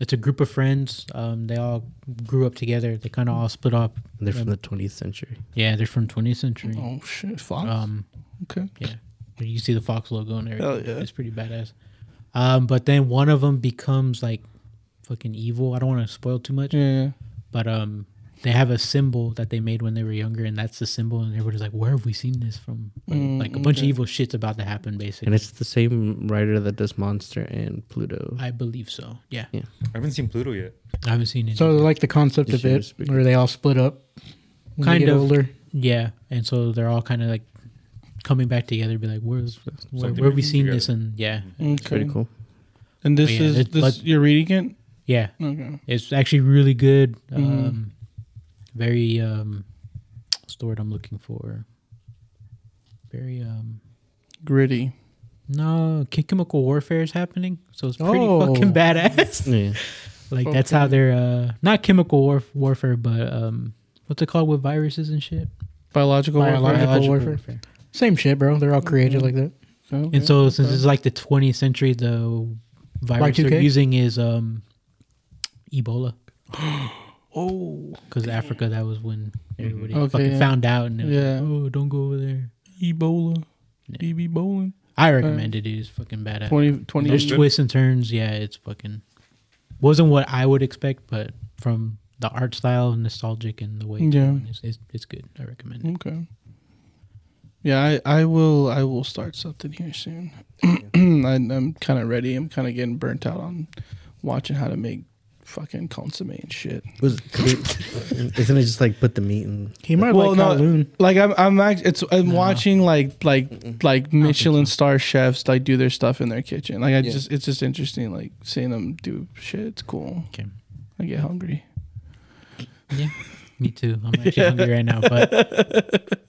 it's a group of friends um they all grew up together they kind of all split up
They're from the 20th century.
yeah they're from 20th century
Oh shit, Fox.
um
okay.
yeah you see the fox logo and everything
Hell Oh, yeah.
it's pretty badass um but then one of them becomes like fucking evil i don't want to spoil too much
Yeah, yeah.
but um they have a symbol that they made when they were younger and that's the symbol and everybody's like where have we seen this from
Mm,
like a bunch
okay.
of evil shit's about to happen basically
And it's the same writer that does Monster and Pluto.
i believe so yeah
I haven't seen Pluto yet.
i haven't seen it
So like the concept
Just
of
here to
it,
speak.
where they all split up, when
Kind
they get
of.
older.
Yeah, and so they're all kind of like coming back together, be like, "Where's where,
Something
where we
together.
seen this?" And
Mm.
yeah,
Okay.
Pretty cool.
And this
Oh, yeah,
is
it-
this
but-
you're reading
yeah,
it. Okay.
it's actually really good.
Mm-hmm.
Mhm.
Um, very um, what's the word I'm looking for? Very um,
Gritty.
no, ch- chemical warfare is happening, so it's pretty
Oh.
fucking badass.
Yeah.
like that's how they're uh, not chemical warf- warfare, but um, what's it called with viruses and shit?
Oh, Biological. warfare?
Biological warfare. Same shit, bro. They're all
Mm.
created like that.
Okay.
And so since it's like the 20th century, the virus
Y2K?
they're using is um, Ebola.
oh
Because Africa, that was when everybody
Okay,
fucking
yeah.
found out. And it was like,
Yeah.
oh, don't go over there.
Ebola.
Yeah.
BB bowling.
I recommend it. It is fucking badass.
20, 20
There's twists and turns. Yeah, it's fucking... Wasn't what I would expect, but from the art style, nostalgic, and the way it's,
Yeah.
done, it's, it's, it's good. I recommend it.
Okay. Yeah, I, I will I will start something here soon. I, I'm kind of ready. I'm kind of getting burnt out on watching how to make fucking consomme and shit.
Was could it, isn't it just like put the meat in?
He might
Well,
like
no.
Kowloon.
Like I'm I'm act, it's I'm
No.
watching like like like Michelin star chefs like do their stuff in their kitchen. Like I
Yeah.
just it's just interesting like seeing them do shit. It's cool.
Okay.
I get hungry.
Me too. I'm actually hungry right now. But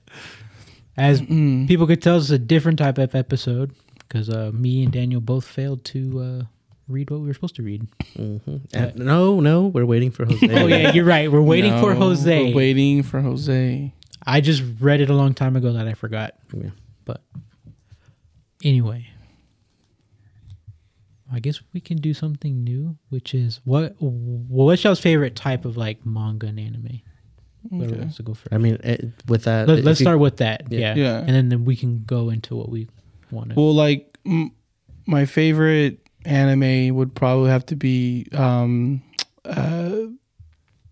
as people could tell, it's a different type of episode because uh, me and Daniel both failed to uh, read what we were supposed to read.
Mm-hmm. no, no, we're waiting for Jose.
Oh yeah, you're right. We're waiting for
No,
Jose.
We're waiting for Jose.
I just read it a long time ago that I forgot.
Oh,
Yeah.
But anyway, I guess we can do something new, which is what what's y'all's favorite type of like manga and anime? Whoever
Okay.
wants to go first.
I mean, it, with that,
Let,
Uh, if
us
you-
start with that.
Yeah.
Yeah.
Yeah.
And then, then we can go into what we want to.
Well, like m- my favorite anime would probably have to be um, uh,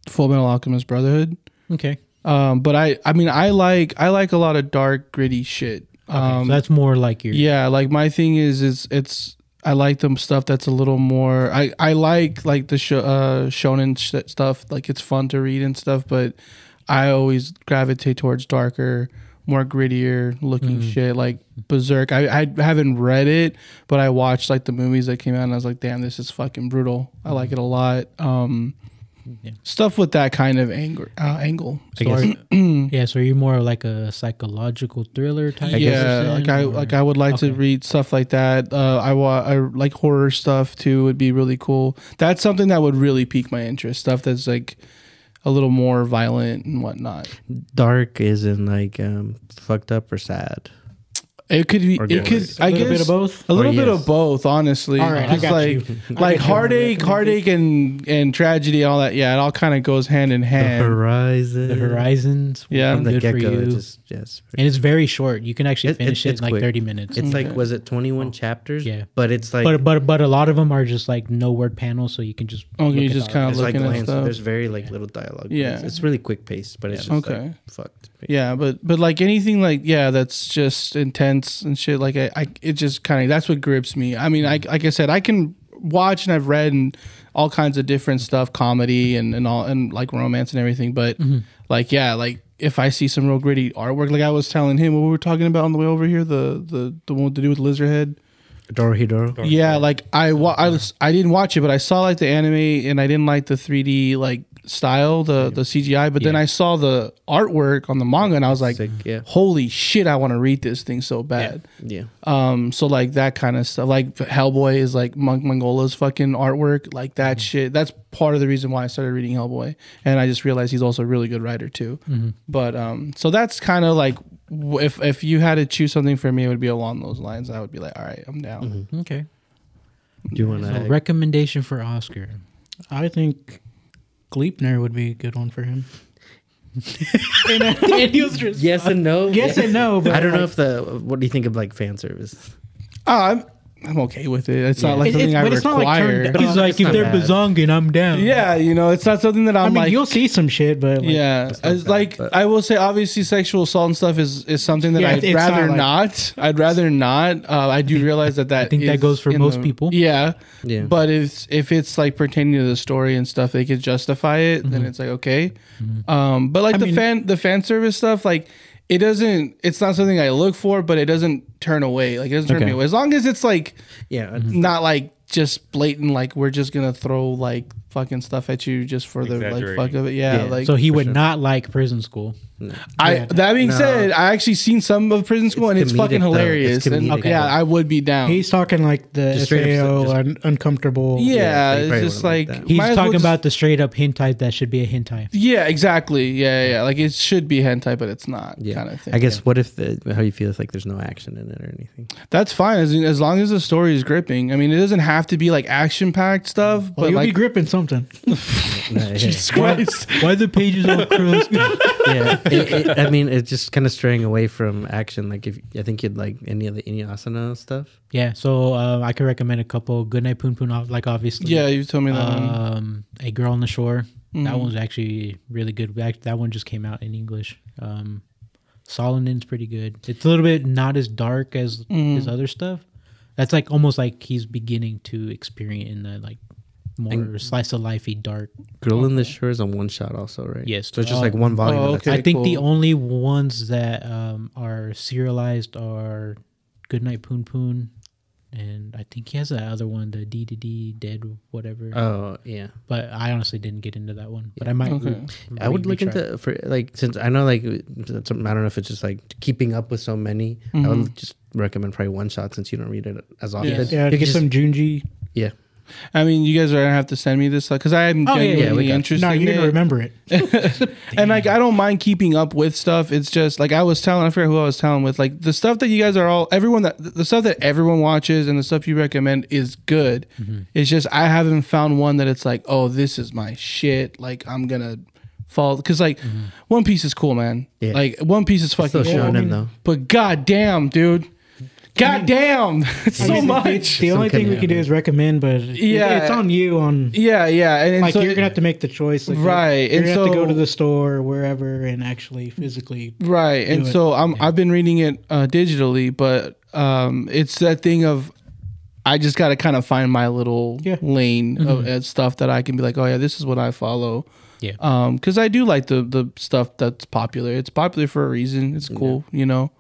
Full Metal Alchemist Brotherhood.
okay.
Um, but I, I mean, I like I like a lot of dark, gritty shit.
Okay,
Um,
so that's more like your.
yeah, like my thing is is it's I like them stuff that's a little more. I I like like the sho uh, shonen sh- stuff. Like it's fun to read and stuff, but I always gravitate towards darker, more grittier looking
Mm-hmm.
shit. Like Berserk. I I haven't read it, but I watched like the movies that came out, and I was like, damn, this is fucking brutal. I
Mm-hmm.
like it a lot. Um,
Yeah.
stuff with that kind of anger uh, angle.
I guess-
Sorry. yeah, so you're more like a psychological thriller type.
I guess-
yeah,
person,
like I
or-
like I would like to
Okay.
read stuff like that. Uh, I wa- I like horror stuff too. Would be really cool. That's something that would really pique my interest. Stuff that's like a little more violent and whatnot.
dark is in like um, fucked up or sad.
It could be.
Or
it could.
ghosts.
I
A little
guess
bit of both.
a little
Or
bit
Oh, yes.
of both. Honestly,
All right, I
Just
got
like,
you. I
Like
got you.
heartache, heartache, and and tragedy, all that. Yeah, it all kind of goes hand in
The
hand.
horizon,
the horizons.
Yeah.
were
from the
good
get
for
go.
you.
It just yes,
and it's very short. You can actually
It- it-
finish it,
it's
in like
quick.
30 minutes.
it's like was it twenty one chapters?
Oh, Yeah.
but it's like
but but but a lot of them are just like no word panels, so you can just.
Okay,
look
you
at
just
the
kinda
it's
artwork.
like
looking at
glance.
stuff.
There's very like little dialogue.
Yeah.
it's, it's really quick paced, but it's just
Okay.
like, fucked.
Yeah, but but like anything like yeah, that's just intense and shit. Like I, I it just kind of that's what grips me. I mean, I, like I said, I can watch and I've read and all kinds of different stuff, comedy and and all and like romance and everything. But like yeah, like if I see some real gritty artwork, like I was telling him what we were talking about on the way over here, the the the one to do with lizard head.
Dorohedoro.
Dor-
Yeah, like I wa- I was I didn't watch it, but I saw like the anime and I didn't like the 3D like style, the the CGI, but then I saw the artwork on the manga and I was like,
Sick, yeah.
holy shit, I want to read this thing so bad.
Yeah.
Oh.
Um, so like that kind of stuff, like Hellboy is like Monk Mongola's fucking artwork, like
Mm-hmm.
that shit. That's part of the reason why I started reading Hellboy, and I just realized he's also a really good writer too.
Mm-hmm.
But um, so that's kind of like w- if if you had to choose something for me, it would be along those lines. I would be like, all right, I'm down.
Mm-hmm.
Okay.
Mm-hmm. Do you want
So
to?
recommendation for Oscar.
I think Gleepner would be a good one for him. and Daniel's just
yes and no.
yes and no, but
I don't know
like,
if the. What do you think of like fan service?
Oh, I'm I'm okay with it. It's not like
It-
something
it's-
I
but it's not, like,
require.
turned down.
He's like, if
not
they're
bad.
bazonging, I'm down.
yeah, you know, it's not something that I'm
I mean,
like.
you'll see some shit, but like,
yeah,
not
it's
bad,
like
but-
I will say, obviously, sexual assault and stuff is is something that
Yeah,
I'd
it's not
rather
like-
not. I'd rather not. Uh, I do realize that that
think that
is
goes for
in
most people.
Yeah,
Yeah.
But if if it's like pertaining to the story and stuff, they could justify it.
Mm-hmm.
Then it's like okay. Um, but like
I
the
mean-
fan the fan service stuff, like it doesn't. It's not something I look for, but it doesn't turn away. Like it doesn't turn
Okay.
me away as long as it's like
Yeah.
Mm-hmm.
not like just blatant like we're just gonna throw like fucking stuff at you just for the like
Exaggerating.
fuck of it yeah,
Yeah.
like
So he would not like prison school.
i
yeah.
that being
No.
said i actually seen some of prison school
It's
and it's
comedic,
fucking
though. It's
hilarious and
comedic,
yeah
though.
i would be down
he's talking like the
Just straight up,
SAO
just-
un- uncomfortable.
yeah,
Yeah, you
it's
probably wouldn't
just
like
like
that.
He's
might as well
talking
just-
about the straight up hentai that should be a hentai.
yeah exactly yeah, yeah yeah like it should be hentai but it's not
Yeah.
kind of thing
I guess. What if the? How you feel if like there's no action in it or anything?
that's fine as, as long as the story is gripping i mean it doesn't have to be like action packed stuff
Well,
but
you'll
like
be gripping something.
No, yeah.
Jesus Christ.
Why the pages all crossed?
yeah, it, it, I mean, it's just kind of straying away from action. Like, if I think you'd like any of the Inuyasha stuff.
yeah, so uh, I could recommend a couple. Goodnight Poon Poon, ob- like obviously.
yeah you told me that one.
Um, a Girl on the Shore.
Mm-hmm.
That one's actually really good. Act- That one just came out in English. Um, Solonin's pretty good. It's a little bit not as dark as
Mm-hmm.
his other stuff. That's like almost like he's beginning to experience in the like more slice of lifey dark.
Girl in the Shore is on one shot, also, right?
Yes.
So it's just
Oh.
like one volume.
Oh,
of that.
okay.
I think the
cool.
only ones that um, are serialized are Goodnight Poon Poon, and I think he has that other one, the DDD Dead whatever.
Oh yeah,
but I honestly didn't get into that one. But I might.
Okay.
re-
I would look
retry.
into for like since I know like it's- I don't know if it's just like keeping up with so many. I would just recommend probably one shot since you don't read it as often.
Yeah.
Mm-hmm. Yeah,
You
get
could just-
some Junji.
Yeah,
I mean, you guys are gonna have to send me this because I am
Oh, yeah, yeah,
genuinely
we got you.
interested.
No, you
in
need to
it.
remember it.
And like, I don't mind keeping up with stuff. It's just like I was telling. I forget who I was telling with. Like the stuff that you guys are all everyone that the stuff that everyone watches and the stuff you recommend is good.
Mm-hmm.
It's just I haven't found one that it's like, oh, this is my shit. Like I'm gonna fall because like
Mm-hmm.
One Piece is cool, man.
Yeah.
Like One Piece is
still
fucking cool.
shown him though.
But goddamn, dude, goddamn, it's so much.
The only thing we
kind
can
of-
do is recommend, but it-
Yeah.
it's on you. On
Yeah, yeah, and, and
like
so
you're gonna have to make the choice, like,
Right,
You're,
and
gonna have
so-
to go to the store or wherever and actually physically.
right and
it.
so i'm i've been reading it uh digitally but um it's that thing of i just gotta kind of find my little
Yeah.
lane of uh, stuff that i can be like oh yeah this is what i follow
Yeah.
um because i do like the the stuff that's popular it's popular for a reason it's cool you know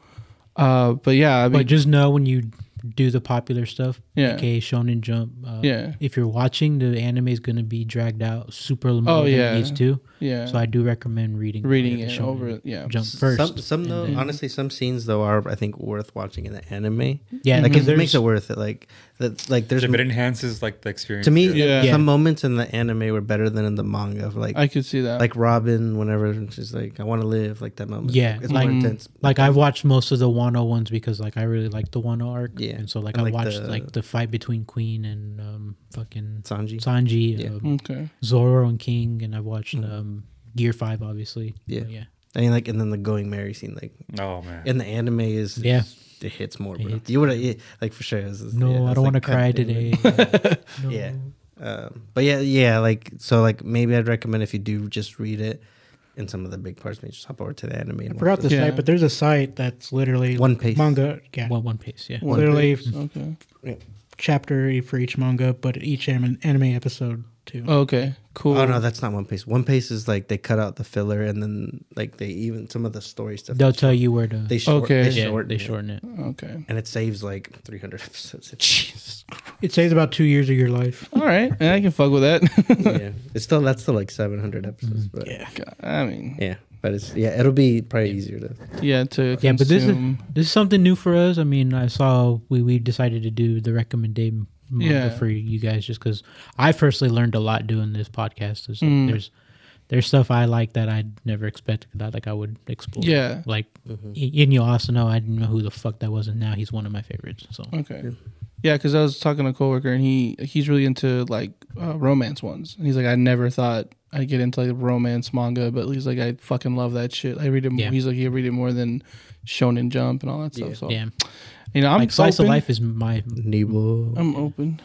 uh but yeah i mean
But just know when you do the popular stuff,
Yeah.
aka Shonen Jump. Uh,
Yeah.
If you're watching, the anime is going to be dragged out super long.
Oh,
Oh yeah.
yeah.
It needs to.
yeah
So I do recommend reading
reading
the
it
Shonen
over yeah
Jump first.
Some some though, honestly, some scenes though are I think worth watching in the anime.
Yeah,
like
because
it makes
there's-
it worth it. Like that, like there's
if it enhances like the experience.
to me
yeah.
Yeah.
some moments in the anime were better than in the manga. Like
i could see
uh,
that
like Robin, whenever she's like, "I want to live," like that moment.
Yeah,
it's
like-
more intense.
like I've watched most of the Wano ones because like I really like the Wano arc.
Yeah.
And so like
And,
I
like,
watched
the-
like the fight between Queen and um fucking
Sanji.
Sanji,
Yeah. Mm-hmm.
um,
okay
Zoro and King, and I've watched um Gear Five obviously.
Yeah.
But yeah.
I mean, like, and then the going merry scene, like
Oh man.
in the anime, is
Yeah.
it hits more. Bro.
hits.
you would have like for sure. it was-
No,
yeah,
I
it's,
don't
like,
want to cry
kinda-
today.
Yeah. Um, but yeah, yeah, like so, like maybe I'd recommend if you do just read it, and some of the big parts, maybe just hop over to the anime.
I forgot the
Yeah.
site, but there's a site that's literally
One Piece.
manga. Yeah,
One One Piece, yeah.
literally
okay
chapter for each manga, but each anim- anime episode too.
Okay, cool.
Oh no, that's not One Piece. One Piece is like they cut out the filler and then like they even some of the story stuff.
They'll tell you where to.
They short,
Okay.
okay.
yeah,
They shorten
they
it.
shorten it.
Okay.
and it saves like 300 episodes.
Jesus.
It saves about two years of your life.
All right, and I can fuck with that.
yeah, it's still that's still like 700 episodes, but Mm-hmm. yeah.
Yeah.
God, I mean,
but it's yeah, it'll be probably easier to.
yeah, to
Yeah, but this is
consume.
this is something new for us. I mean, I saw we we decided to do the recommended manga
Yeah.
for you guys just because I personally learned a lot doing this podcast. There's
Mm.
there's, there's stuff I like that I'd never expected that like I would explore.
Yeah.
like
Mm-hmm.
in Inyo Asano, I didn't know who the fuck that was, and now he's one of my favorites. So
Okay. Yeah, because I was talking to a coworker and he he's really into like uh, romance ones, and he's like, I never thought I'd get into like romance manga, but he's like, I fucking love that shit. I read it.
Yeah.
He's like, I read it more than Shonen Jump and all that stuff. So
yeah,
you know, I'm
like slice
open.
of life is my
Nebo.
I'm open.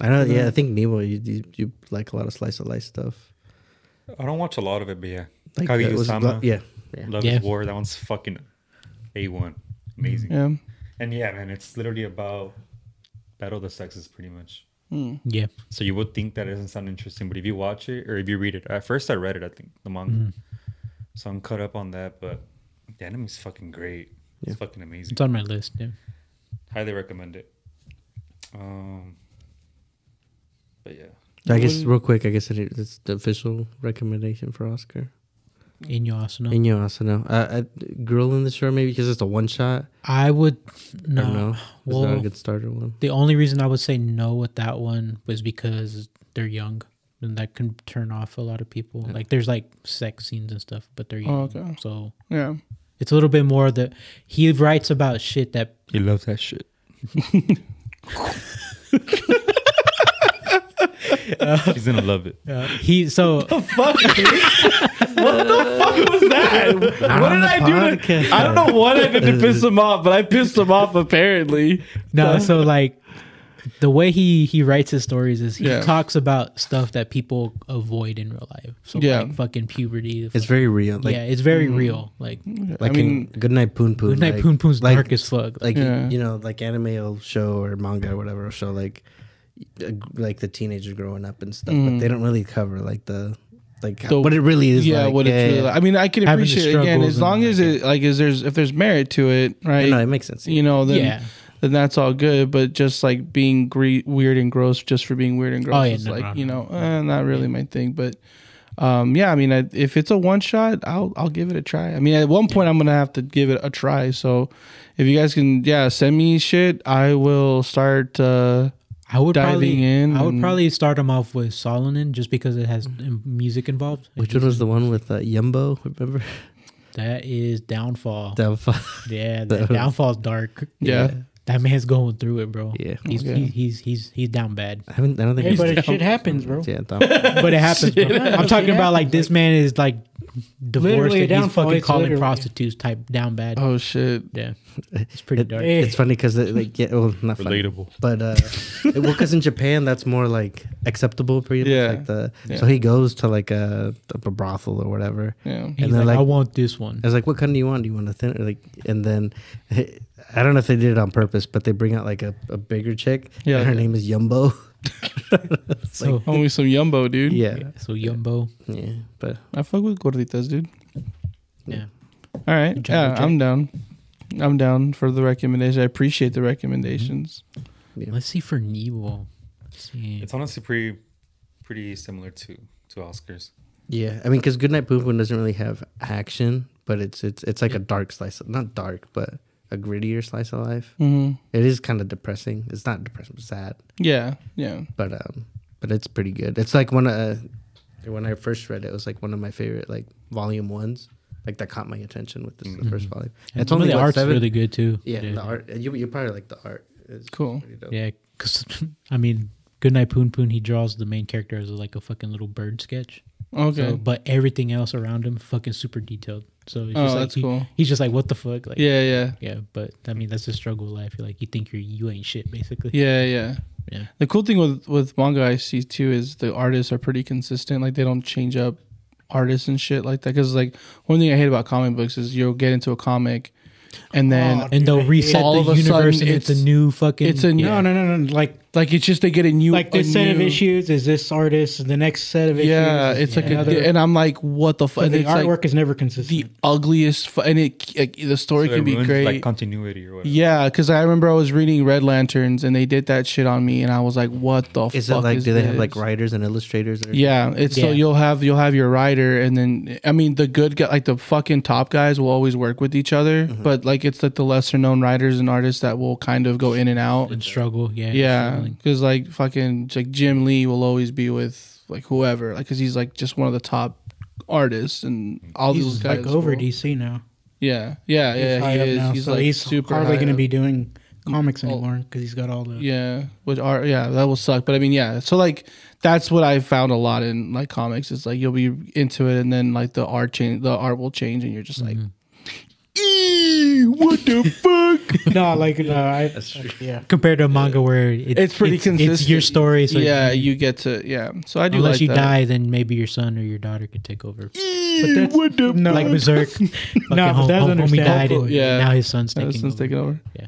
I know. Yeah, I think Nebo. You, you you like a lot of slice of life stuff.
I don't watch a lot of it, but yeah.
Like that was-
Kaguya-sama,
yeah, yeah.
Love
Yeah.
is War. That one's fucking A1. Amazing.
Yeah.
And yeah, man, it's literally about battle of the sexes pretty much.
Mm.
yeah.
So you would think that doesn't sound interesting, but if you watch it or if you read it, at first I read it, I think the manga.
Mm-hmm.
So I'm caught up on that, but the anime's fucking great.
Yeah.
It's fucking amazing.
It's on my list. Yeah.
Highly recommend it. Um, but yeah,
I guess real quick. I guess it, it's the official recommendation for Oscar.
Inyo Asano.
Inyo Asano. Uh, I, Girl in the Shore maybe because it's a one shot.
I would
I don't know.
no.
It's not
Well,
a good starter one.
The only reason I would say no with that one was because they're young and that can turn off a lot of people. Like there's like sex scenes and stuff, but they're young.
Oh, okay.
So
Yeah.
it's a little bit more that he writes about shit that
he loves that shit. He's gonna love it.
uh, he so
What did I do? To,
I don't know what I did to piss him off, but I pissed him off apparently.
no so like the way he he writes his stories is he
Yeah.
talks about stuff that people avoid in real life. So
Yeah. mm.
like fucking puberty.
It's very real. Like
yeah, it's very real. Like
Like
I mean,
in Goodnight Poon Poon.
Goodnight
like,
Poon Poon's
like,
dark as fuck.
Like
Yeah.
you know, like anime will show or manga or whatever will show like uh, like the teenagers growing up and stuff, but they don't really cover like the like
The-
what it really is.
yeah,
like.
what
yeah,
it's really
yeah.
like. I mean, I can
uh, Having the
appreciate it again
struggles
as long
and,
as it like is there's if there's merit to it, right?
No, it makes sense.
you know, then
Yeah.
then that's all good. But just like being gre- weird and gross just for being weird and gross
Oh, yeah,
is
no,
like
no,
you know eh, not really my thing. But um, yeah, I mean, I, if it's a one shot, I'll I'll give it a try. I mean, at one point I'm gonna have to give it a try. So if you guys can, yeah, send me shit. I will start. Uh,
I would
diving
probably,
in
I would
and-
probably start him off with Solonin just because it has um, music involved.
Mm. Which one was the one with uh, Yumbo? Remember
That is Downfall.
that? fu-
yeah,
that
that
was-
Downfall's dark.
yeah.
That man's going through it, bro.
Yeah.
He's
Yeah.
he's he's he's, he's down bad.
I haven't. I don't think.
Hey,
it's-
but it shit happens, bro.
yeah, that-
But it happens, bro. I'm talking about like this man is like divorced
Literally a
and he's
downfall,
fucking
it's
calling
literally-
prostitutes type down bad.
Oh shit.
Yeah. It's pretty dark.
Hey.
it's funny because like yeah, well, not funny.
Relatable.
But uh, it- well, because in Japan that's more like acceptable for you.
Yeah.
Like the
Yeah.
so he goes to like a, a brothel or whatever.
Yeah.
He's
then,
like,
like-
I want this one.
I was like, "What kind do you want? Do you want a thin?" Like, and then I don't know if they did it on purpose, but they bring out like a, a bigger chick.
Yeah.
and her name is Yumbo. It's
So
like-
Only some yumbo, dude.
yeah,
so Yumbo.
yeah, but
I fuck with gorditas, dude.
Yeah.
All right.
Jumbo
Yeah,
Jack.
I'm down. I'm down for the recommendation. I appreciate the recommendations.
Let's see for Nebo. Let's see.
It's honestly pretty, pretty similar to to Oscars.
yeah, I mean, because Goodnight Poon Poon doesn't really have action, but it's it's it's like a dark slice, of, not dark, but a grittier slice of life.
Mm-hmm.
hmm
It is kind of depressing. It's not depressing, but sad.
Yeah, yeah.
but um but it's pretty good it's like one of uh, when i first read it it was like one of my favorite like volume ones like that caught my attention with this the first
Mm-hmm.
volume
And
it's
some of
only
the
what,
art's
seven-
really good too.
yeah the art you, you probably like the art It's
Cool.
pretty dope.
Yeah, because I mean, Goodnight Poon Poon, he draws the main character as like a fucking little bird sketch.
Okay.
So, but everything else around him, fucking super detailed. So it's
Oh,
just like
that's
he-
cool.
he's just like, what the fuck? Like,
yeah, yeah,
yeah. But I mean, that's the struggle of life. You're like, you think you're you ain't shit, basically.
yeah, yeah.
Yeah.
The cool thing with with manga I see too is the artists are pretty consistent. Like they don't change up artists and shit like that. Because like one thing I hate about comic books is you'll get into a comic, and then
Oh,
And they'll
Dude,
reset
all
the
of a
universe,
sudden,
and it's,
it's-
a new fucking.
it's a-
yeah.
Yeah.
No, no, no, no. Like
Like it's just they get a new
like
a
this set of
new-
issues is this artist, and the next set of issues.
Yeah,
is
it's like
another.
a, and I'm like, what the fuck?
so the
it's like
artwork is never consistent.
the ugliest, fu- and it like, the story
So it
can be
ruins,
great.
Like continuity or whatever.
yeah, because I remember I was reading Red Lanterns and they did that shit on me, and I was like, what the
Is it
fuck?
like
is
do they have
this?
like writers and illustrators? Or,
Yeah, it's so
Yeah.
you'll have you'll have your rider, and then I mean the good guy, like the fucking top guys, will always work with each other, but like it's like the lesser known writers and artists that will kind of go in and out.
and struggle. Yeah,
Yeah,
struggling.
because like fucking like Jim Lee will always be with like whoever, like because he's like just one of the top artists, and all these
He's
guys
like over
will-
DC now.
Yeah, yeah,
He's
yeah.
high
He
up
is.
now,
he's
so
like
he's
super
hardly
high
going to
up.
be doing comics
Oh.
anymore because he's got all the
Yeah, which are yeah, that will suck. But I mean, yeah. So like that's what I found a lot in like comics. It's like you'll be into it, and then like the art change, the art will change, and you're just like,
Mm-hmm.
"Eee, what the fuck?
no, like no, I, yeah.
compared to a manga where it,
It's pretty
It's your
consistent.
story, so
yeah, you get to yeah. So I do
Unless
like
you
that.
die, then maybe your son or your daughter could take over.
Eee,
that's-
what the
no,
Like Berserk, fucking
but
home,
that's
home, homie died,
understandable.
and
Yeah.
now his son's
fuck?
taking.
Since
over.
taking over.
Yeah.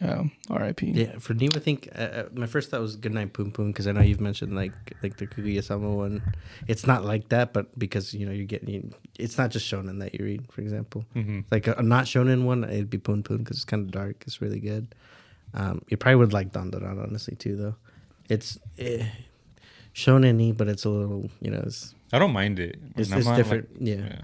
Yeah. R.I.P.
Yeah, for Nima, I think uh, uh, my first thought was Goodnight Poom Poom because I know you've mentioned like like the Kaguya Sama one. It's not like that, but because you know you're getting it's not just shonen that you read. For example,
Mm-hmm.
like a, a not shonen one, it'd be Poon Poon because it's kind of dark. It's really good. Um, you probably would like Dandaran honestly too, though. It's eh, shonen-y, but it's a little you know it's
I don't mind it.
it's,
I'm
it's
not,
different.
Like,
yeah.
yeah.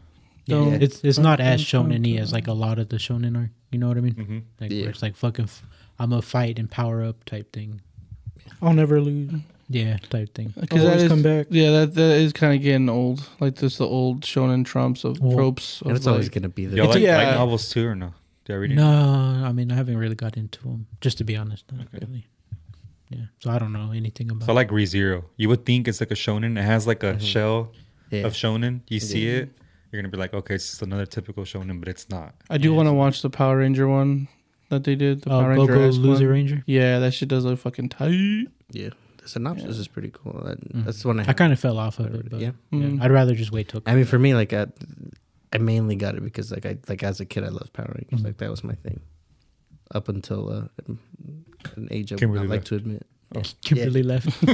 Yeah.
Yeah.
It's it's not as shonen as like a lot of the shonen are. You know what I mean?
Mm-hmm.
Like
Yeah.
where it's like fucking, f- I'm a fight and power up type thing.
I'll never lose.
Yeah, type thing.
Because
Always
that is,
come back.
yeah, that, that is kind of getting old. Like this, the old shonen trumps of
Well,
tropes. Of
And it's uh,
like,
always gonna be there.
Y'all like,
yeah.
like novels too or no? Do I read
No, I mean I haven't really got into them. Just to be honest, not really. Yeah, so I don't know anything about.
So I like ReZero. You would think it's like a shonen. It has like a shell
Mm-hmm. Yeah.
of shonen. You see it, you're gonna be like, okay, it's just another typical shonen, but it's not.
I do want to watch the Power Ranger one that they did. The
Oh,
Power Ranger
Goku
esque
Loser
one.
Ranger.
Yeah, that shit does look fucking tight.
Yeah, the synopsis is pretty cool. That, That's the one I,
Mm. I
have.
kind of fell off of it, but
yeah.
yeah.
Mm.
I'd rather just wait till.
I mean, for me, like I, I mainly got it because like I like as a kid, I loved Power Rangers.
Mm.
Like that was my thing, up until uh, an age I would
Kimberly
not like
left.
to admit.
Kimberly left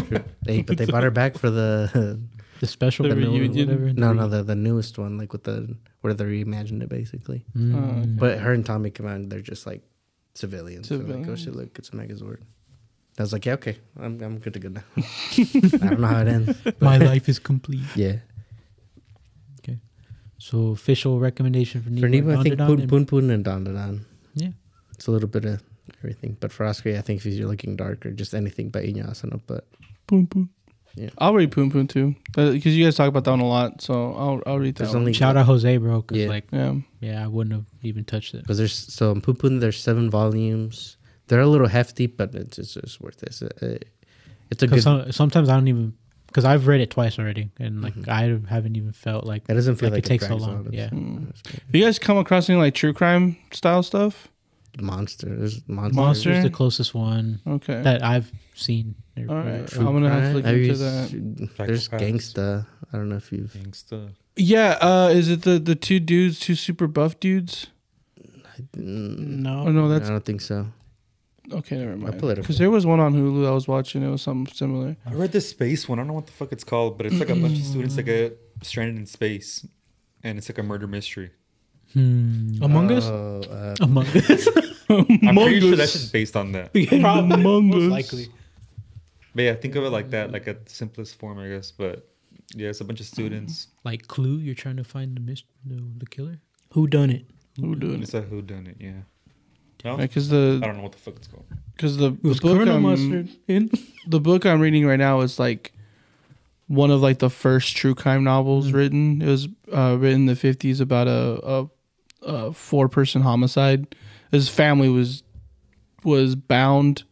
They but they brought her back for the
the special
The
one or
reunion.
whatever.
no no the, the newest one like with the where they reimagined it basically.
Mm.
But her and Tommy Command, they're just like civilians. So, like, oh
Civilians.
shit, look, it's a Megazord. I was like, yeah, okay, I'm I'm good to go now. I don't know how it ends.
My life is complete.
Yeah,
So official recommendation for
for Neva, I think
Dandadan
Poon
and-
Poon Poon and Don Don.
Yeah.
it's a little bit of everything. But for Oscar, I think if you're looking darker, just anything by Inyasano. But
Poom Poom.
Yeah.
I'll read Poom Poom too because you guys talk about that one a lot. So I'll I'll read that.
there's
one.
only
Shout out Jose, bro. 'cause,
Yeah.
like,
Yeah,
yeah, I wouldn't have even touched it.
because there's so in Pupun there's seven volumes. They're a little hefty, but it's it's, it's worth it. It's a, it's a
'Cause
good.
some, sometimes I don't even because I've read it twice already, and like
Mm-hmm.
I haven't even felt like
it doesn't feel
it
like,
takes so
drags
long.
on.
Yeah,
It's- it's good.
mm. you guys come across any like true crime style stuff?
monster. There's monster.
Monster?
Monster's the closest one
Okay.
that I've seen.
all right,
True.
I'm gonna have to look
Have
into
you
that.
s- There's
Psychopaths.
gangsta. I don't know if you've.
Gangsta.
Yeah, uh, is it the the two dudes, two super buff dudes?
Mm,
Oh
No,
no,
I
that's
don't think so.
okay. Never mind.
pull it up.
Because there was one on Hulu I was watching. It was something similar.
I read this space one. I don't know what the fuck it's called, but it's like a bunch of students that get stranded in space, and it's like a murder mystery.
Hmm.
Among Us.
Oh, uh,
Among Us,
I'm pretty sure that's just based on that.
Among Us.
likely.
But yeah, think of it like that, like a simplest form, I guess. But yeah, it's a bunch of students.
like Clue, you're trying to find the mist, the, the killer.
Who done it?
Who
Mm-hmm.
doing it?
It's a who done it, yeah. No? I
Because the
don't know what the fuck it's called.
Because the, the
Was
book um,
Colonel
I'm,
Mustard in?
the book I'm reading right now is like one of like the first true crime novels written. It was uh, written in the fifties about a a, a four person homicide. His family was was bound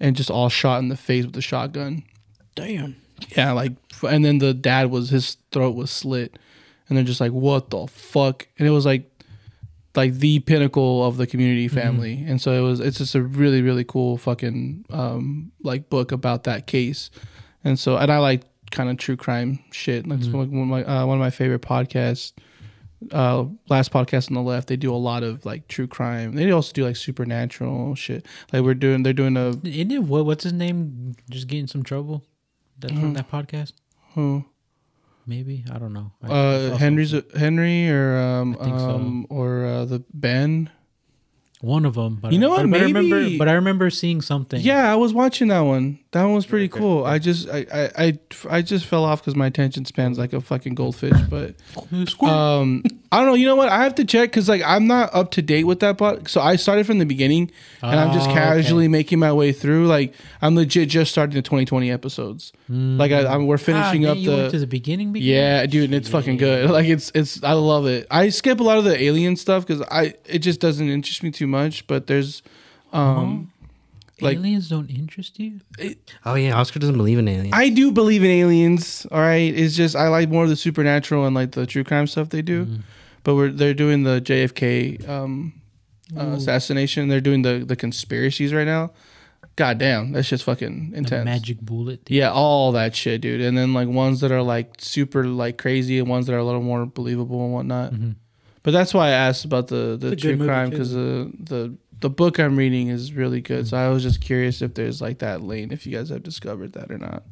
and just all shot in the face with a shotgun.
Damn.
Yeah, like and then the dad was his throat was slit, and they're just like, what the fuck? And it was like like the pinnacle of the community family and so it was it's just a really really cool fucking um like book about that case and
Mm-hmm.
so and i like kind of true crime shit like it's one, of my- uh, one of my favorite podcasts uh, last podcast on the left, they do a lot of like true crime. They also do like supernatural shit. Like we're doing, they're doing a
Isn't it what, what's his name? Just getting some trouble. That
Mm-hmm.
from that podcast,
who,
maybe I don't know. I- I
uh,
saw
Henry's Henry or um,
I think so.
um or uh, the Ben.
something. one of them. But
You know what?
But, but I remember,
Maybe-
but I remember seeing something.
Yeah, I was watching that one. That one was pretty cool. I just I I I, I just fell off because my attention span's like a fucking goldfish. But um, I don't know. You know what? I have to check because like I'm not up to date with that. But so I started from the beginning, and I'm just
Oh, okay.
casually making my way through. Like I'm legit just starting the 2020 episodes. Like I, I'm we're finishing
Ah,
up
then you went to
the.
the beginning. beginning?
Yeah, dude, and it's fucking good. Like it's it's I love it. I skip a lot of the alien stuff because I it just doesn't interest me too much. But there's,
Oh.
um, like-
aliens don't interest you.
Oh yeah, Oscar doesn't believe in aliens.
I do believe in aliens. All right, it's just I like more of the supernatural and like the true crime stuff they do.
Mm-hmm.
But we're they're doing the JFK um, uh, assassination. They're doing the the conspiracies right now. God damn, that's just fucking
The
intense.
magic bullet.
Yeah, all that shit, dude. And then like ones that are like super like crazy, and ones that are a little more believable and whatnot.
Mm-hmm.
But that's why I asked about the the
It's a good
true
movie,
crime
too. Mm.
because the the the book I'm reading is really good. So I was just curious if there's like that lane, if you guys have discovered that or not.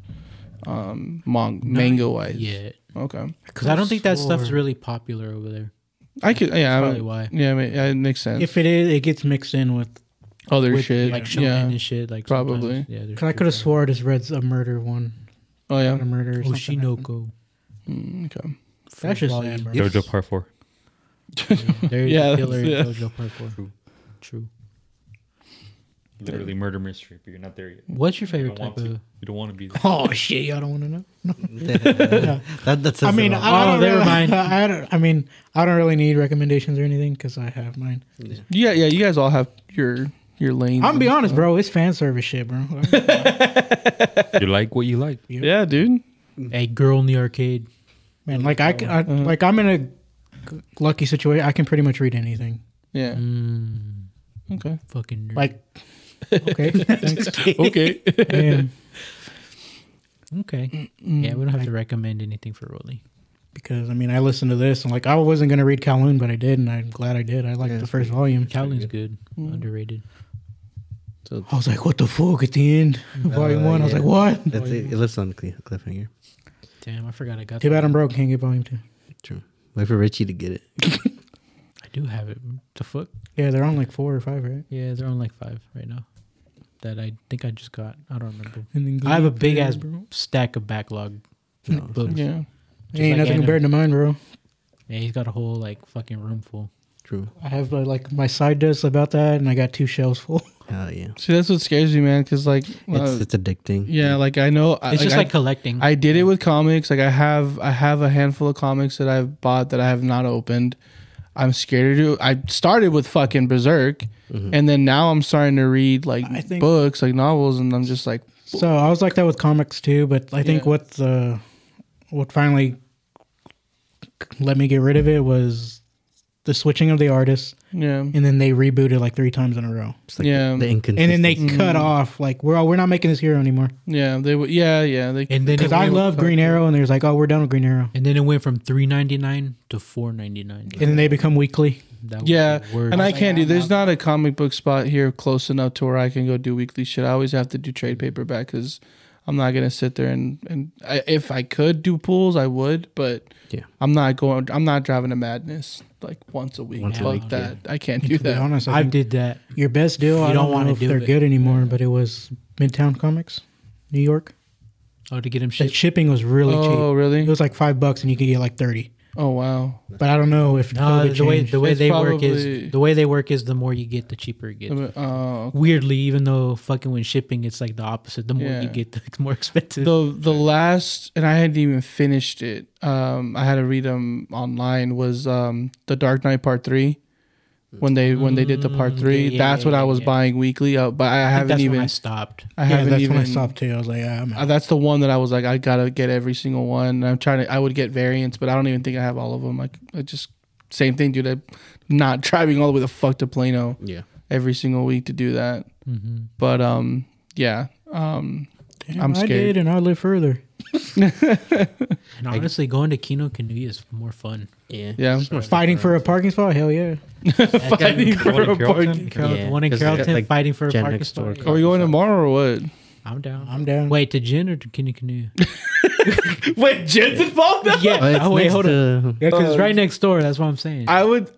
Um, mong- mango wise.
Yeah,
Okay.
because I don't think that stuff's
Swore.
really popular over there.
I could. Yeah. I
That's
don't-
probably why.
Yeah. I mean, yeah, it makes sense.
If it is, it gets mixed in with.
Other
With,
shit.
like shonen
yeah.
and shit. Like
Probably.
sometimes, Yeah, there's
Because I
true
could have
crime.
swore I just read a murder one.
Oh
A
yeah.
murder or something.
Oshinoko.
Mm, okay.
That's just
Volume.
sad, bro.
Yeah,
Jojo Part Four.
There is
Yeah,
a killer in
that's-
Jojo Part Four.
True.
True.
Literally murder mystery, but you're not there yet.
What's your
You
favorite
don't want
type
to.
of?
You don't want to be there.
Oh shit! Y'all don't want to know.
that, that says
I mean,
it all.
I don't
Oh, never
really-
mind.
I don't. I mean, I don't really need recommendations or anything because I have mine.
Yeah. Yeah. You guys all have your your lanes.
I'm gonna be
and
honest,
stuff.
bro. It's fan service shit, bro.
You like what you like.
Yeah, dude.
A girl in the arcade.
Man, like I, can- I
Mm-hmm.
like I'm in a g- lucky situation. I can pretty much read anything.
Yeah.
Mm,
Okay.
fucking nerd.
Like, okay, thanks.
Okay.
Damn.
okay. Yeah, we don't have to recommend anything for Rolly.
because I mean, I listened to this and like I wasn't gonna read Kowloon, but I did, and I'm glad I did. I liked
Yeah,
the
it's
first volume.
Cowling's good,
Mm.
underrated.
I was like, what the fuck? At the end,
Mm-hmm.
of
Uh,
volume one. I was
yeah.
like, what?
That's, it, it lives on the cli- cliffhanger.
Damn, I forgot I got.
Too
that.
bad I'm broke. Can't get volume two.
True. Wait for Richie to get it.
I do have it. The fuck?
Yeah, they're on like four or five, right?
Yeah, they're on like five right now. That I think I just got. I don't remember.
And then
I have a big ass stack of backlog books. Yeah.
Yeah.
like
ain't nothing
anime.
compared to mine, bro.
he's got a whole like fucking room full.
True.
I have uh, like my side dose about that, and I got two shelves full.
Hell yeah. It's
See, that's what scares me, man. Because like, uh,
it's addicting.
yeah, like I know, I,
It's just
I,
like collecting.
I did it with comics. Like I have, I have a handful of comics that I've bought that I have not opened. I'm scared to do. I started with fucking Berserk,
Mm-hmm.
and then now I'm starting to read like
I think-
books, like novels, and I'm just like,
So I was like that with comics too, but I think
Yeah.
what the what finally let me get rid of it was the switching of the artists,
yeah,
and then they rebooted like three times in a row,
It's like
Yeah.
yeah. The
and then they
inconsistency.
cut
Mm.
off like we're all, we're not making this hero anymore
yeah, they, would- yeah, yeah, they,
and then
because
it
I
went-
love Green Arrow, and there's like oh we're done with Green Arrow,
And then it went from three ninety nine to four ninety nine.
and then they become weekly.
That
yeah.
was the worst.
And I can't do. There's not a comic book spot here close enough to where I can go do weekly shit. I always have to do trade paperback because I'm not gonna sit there and and I, if I could do pools, I would, but
Yeah.
I'm not going. I'm not driving to madness like once a week.
Once
a
Fuck
week,
that. I can't
And
do
to be
that.
honest, I
I
think
did that.
your best deal.
You
I
don't
don't,
wanna
know if
do
they're
it.
good anymore, but it was Midtown Comics, New York.
Oh, to get him shit.
That shipping was really
oh
cheap. It
really?
was like five bucks, and you could get like thirty.
Oh wow.
But I don't know if
No,
COVID
the way
changed.
the way
It's
they work
probably-
is the way they work is the more you get, the cheaper it gets.
Uh,
Weirdly, even though fucking when shipping, it's like the opposite. The more
Yeah.
you get, the more expensive.
the the last, and I hadn't even finished it. Um, I had to read them online. Was um the Dark Knight Part Three. When they when they did the part
Mm,
three,
yeah, yeah,
that's what
yeah,
I was
yeah.
buying weekly, uh, but I
I think
haven't
that's
even
when I stopped.
I
yeah,
haven't
that's
even.
when I stopped too. I was like, ah, I'm
uh,
out.
that's the one that I was like, I gotta get every single one. And I'm trying to. I would get variants, but I don't even think I have all of them. Like, I just same thing, dude. I'm not driving all the way the fuck to Plano
Yeah.
every single week to do that.
Mm-hmm.
But um, yeah, um,
Damn,
I'm
I
scared.
did, and I live further.
And honestly, going to Kino Kanui is more fun.
Yeah.
Yeah.
Fighting for a parking spot? Hell yeah.
Fighting for a
Carrollton?
parking.
Carol,
Yeah,
the one in
'cause they got,
Carrollton
like,
fighting for a
Gen
parking
next door
spot.
Are we going tomorrow or what?
I'm down.
I'm down.
Wait, to Jin or to Kino Kanui?
Wait, Jen's involved now?
yeah.
Oh, it's
oh, wait,
next
hold on.
to-
Yeah, because it's right next door. That's what I'm saying.
I would.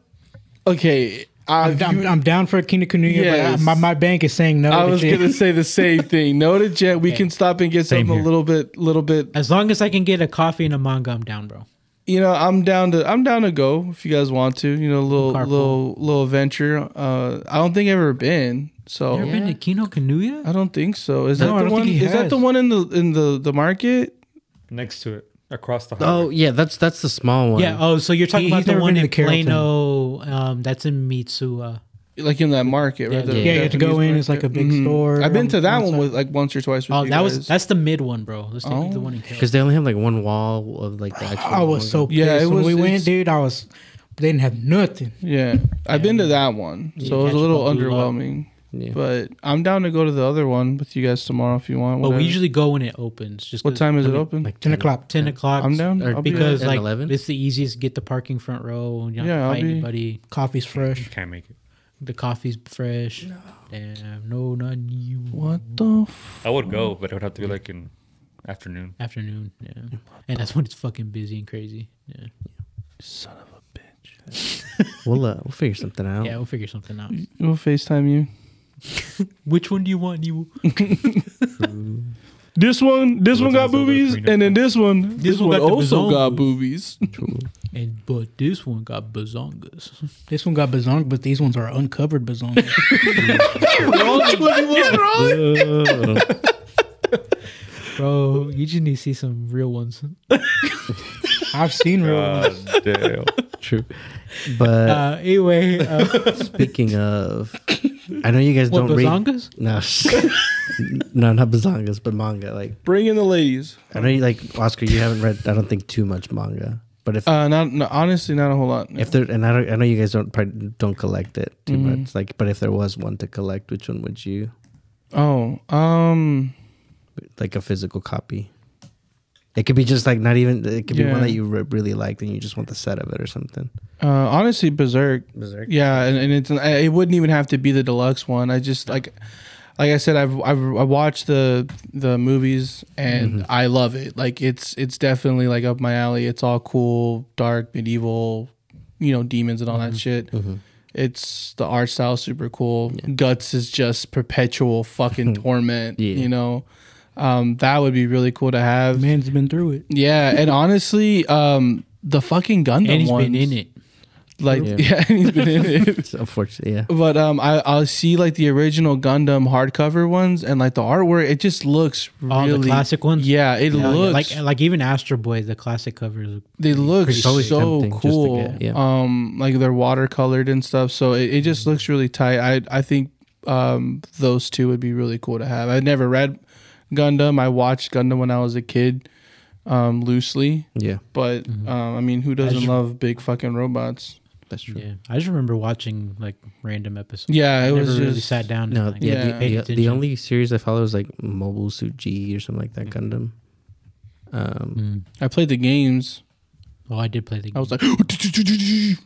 Okay.
I'm,
I've,
I'm, I'm down for a Kina Kanuya,
Yes.
but I, my, my bank is saying no.
I
to
was
shit.
gonna say the same thing. No to Jen. We can stop and get
Same
something a
here.
little bit, little bit.
as long as I can get a coffee and a manga, I'm down, bro.
You know, I'm down to, I'm down to go if you guys want to. You know, a little,
Carpool.
little, little adventure. Uh, I don't think I've ever been. So
You ever been to Kino Kanuya?
I don't think so. Is
No, I
that the
don't think
one?
he
Is that
has.
the one in the in the the market?
Next to it, across the
Oh
highway.
yeah, that's that's the small one.
Yeah. Oh, so you're talking
He-
about
he's
the
never
one
been
in
to Carrollton.
Plano? Um, that's in Mitsuya.
Like in that market, right?
Yeah,
The
yeah.
Yeah, you have to
Japanese
go in. It's like
market. Mm-hmm.
a big store.
I've been to
on
that
one
one
side.
with like once or twice. With
Oh,
you
that was
guys.
that's the mid one, bro. Let's take
Oh.
the one in Carrollton.
because they only have like one wall of like the actual.
Oh,
I was so pissed
Yeah, it
when
was-
we
it's-
went, dude. I was they didn't have nothing.
Yeah, I've been to that one, so it was
catch
a little
uh,
a blue light.
underwhelming.
Yeah.
But I'm down to go to the other one with you guys tomorrow if you want.
But we
whatever.
usually go when it opens. Just
what
'cause
time is
I
it
mean,
open?
like
Ten o'clock.
Ten o'clock.
I'm down.
or
I'll be
because
there.
like
10, 11?
it's the easiest to get the parking front row. You don't
Yeah,
have
I'll
to fight
be-
anybody.
Coffee's fresh.
Can't make it.
The coffee's fresh. Damn, no, not you.
What the? F-
I would go, but it would have to be like in afternoon.
Afternoon, yeah, and that's when it's fucking busy and crazy. Yeah,
Son of a bitch!
we'll uh, we'll figure something out.
yeah, we'll figure something out.
We'll Facetime you.
Which one do you want? You
This one, this one got
Zelda
boobies,
Arena.
and then this one, this,
one
one,
got the
also
bazongas.
got boobies.
and but this one got bazongas.
This one got bazong, but these ones are uncovered bazong.
Bro, you just need to see some real ones.
I've seen real ones.
God damn.
True. But
Uh, anyway, uh,
speaking of, I know you guys
what
don't read.
bazongas?
No, no, not bazongas, but manga. Like
Bring in the ladies.
I know you like Oscar. You haven't read. I don't think too much manga. But
Oh,
if
Uh, not no, honestly, not a whole lot. no.
if there and I don't, I know you guys don't probably don't collect it too
Mhm.
Mm-hmm.
much. Like, but if there was one to collect, which one would you
oh, um,
like a physical copy? It could be just like not even. It could be
Yeah.
one that you re- really liked and you just want the set of it or something.
uh, honestly, berserk.
Berserk.
Yeah, and, and it's I- it wouldn't even have to be the deluxe one. I just like like I said, I've I've I watched the the movies and
Mm-hmm.
I love it. Like it's it's definitely like up my alley. It's all cool, dark, medieval, you know, demons and all
Mm-hmm.
that shit. It's the art style super cool. Guts is just perpetual fucking torment.
Yeah.
You know, um, that would be really cool to have.
Man's been through it.
Yeah, and honestly, um, the fucking Gundam
And he's
ones,
been in it.
Like
Yeah.
yeah, and he's been in it.
It's unfortunate. Yeah.
But um, I I'll see like the original Gundam hardcover ones and like the artwork. It just looks
All
really
Oh, the classic ones.
Yeah, it
Hell yeah.
looks
like uh, like even Astro Boy, the classic covers.
they look
It's always
so
tempting just to
cool.
get, yeah.
Um, like they're watercolored and stuff. So it, it just looks really tight. I I think um those two would be really cool to have. I never read Gundam. I watched Gundam when I was a kid, um, loosely.
Yeah.
But um, I mean, who doesn't love big fucking robots?
That's true.
Yeah, I just remember watching like random episodes.
Yeah, it
I
was
never really
just-
sat down.
No,
and, like,
yeah,
Yeah.
The,
paid
the- the
attention.
only series I follow is like Mobile Suit G or something like that, Gundam. Um,
Mm.
I played the games.
Oh, I did play the game.
I was like,
yeah,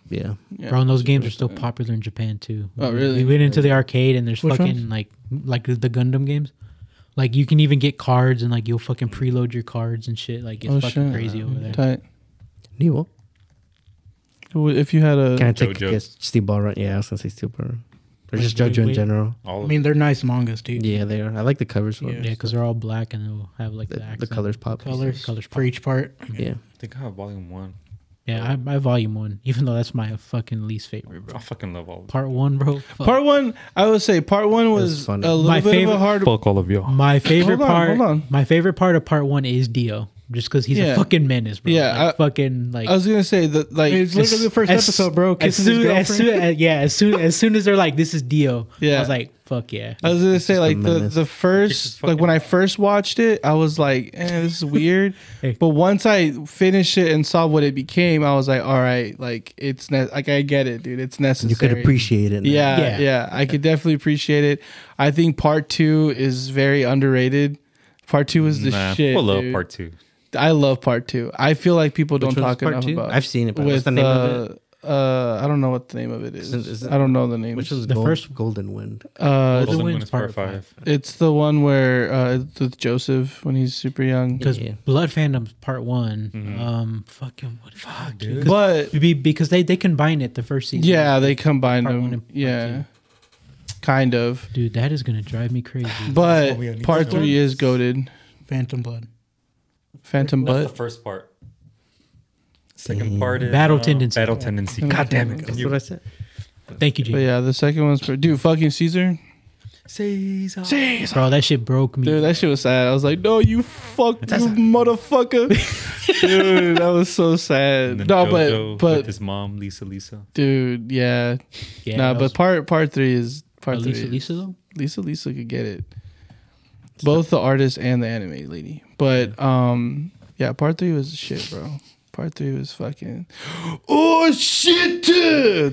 Yeah.
Bro, and those games are still popular in Japan too.
Oh, really?
We went into the arcade and there's
Which
fucking
ones?
like like the Gundam games. Like you can even get cards and like you'll fucking preload your cards and shit. Like it's
Oh,
fucking
shit.
crazy over there.
tight.
Neo.
Who- If you had a
Can I take
JoJo.
a guess? Steel Ball Run? Yeah, I was gonna say Steel Ball Run. Or
Wait,
just
wait,
JoJo in
wait.
general.
All
I
of
mean, they're nice mangas, dude.
Yeah, they are. I like the covers. for it.
Yeah, because they're all black and they'll have like the,
the, the
accent.
colors pop.
Colors,
Colors
for each part.
Yeah,
I think I have volume one.
Yeah, I, I volume one, even though that's my fucking least favorite, bro.
I fucking love all of
Part one, bro. fuck.
part one, I would say part one
was
was, a
funny.
little
My
bit of
favorite-
a hard.
Fuck all of y'all.
my favorite
Hold on,
part.
hold on.
My favorite part of part one is Dio, just because he's
Yeah.
a fucking menace, bro.
Yeah,
Like, fucking like.
I was gonna say that like
It's literally the first
As-
episode, bro.
As
Kissing his
soon, as soon,
girlfriend.
as, yeah, as soon as soon as they're like, "This is Dio,"
Yeah.
I was like, "Fuck yeah!"
I was gonna say like
a
the
menace.
the first like when I first watched it, I was like, eh, this is weird.
Hey.
But once I finished it and saw what it became, I was like, all right, like it's ne- like I get it, dude. It's necessary.
you could appreciate it. now.
Yeah, yeah,
Yeah.
I could definitely appreciate it. I think part two is very underrated. Part two is the
Nah,
shit.
We'll love
dude.
part two.
I love part two. I feel like people don't
Which one's
talk
part
enough
two?
about.
I've seen it, but
with,
what's the name
uh,
of
Uh, I don't know what the name of it
Is
is.
it- is it-
I don't know the name.
Which is
The
the
first-
first Golden Wind?
Golden
uh,
Golden
Wind's
Wind is part
part
five.
it's the one where uh, it's with Joseph when he's super young.
because
Yeah.
Blood Phantom's part one.
Mhm.
Um, fucking what? Fuck,
dude.
But,
But
because they they combine it the first season.
yeah, they combined
Part one and
them.
part
Yeah, kind of.
dude, that is gonna drive me crazy.
But
what we need
part
to
three is goaded.
Phantom Blood.
Phantom
That's
butt.
the first part. Second part is
Battle
uh,
tendency.
Battle tendency.
Battle
God damn it!
tendency.
That's
You-
what I said.
Thank you,
But
Jake.
yeah, the second one's for dude. Fucking Caesar,
Caesar.
Bro, that shit broke me.
dude. That shit was sad. I was like, no, you fuck, you motherfucker, dude. That was so
And
sad.
then
No,
Jojo
but
with
but
his mom, Lisa, Lisa.
dude, yeah,
yeah,
no,
that
but
was-
part part three is part
Lisa,
three.
Lisa though.
Lisa Lisa could get it. Both the artist and the anime lady. But um yeah, part three was shit, bro. Part three was fucking Oh shit!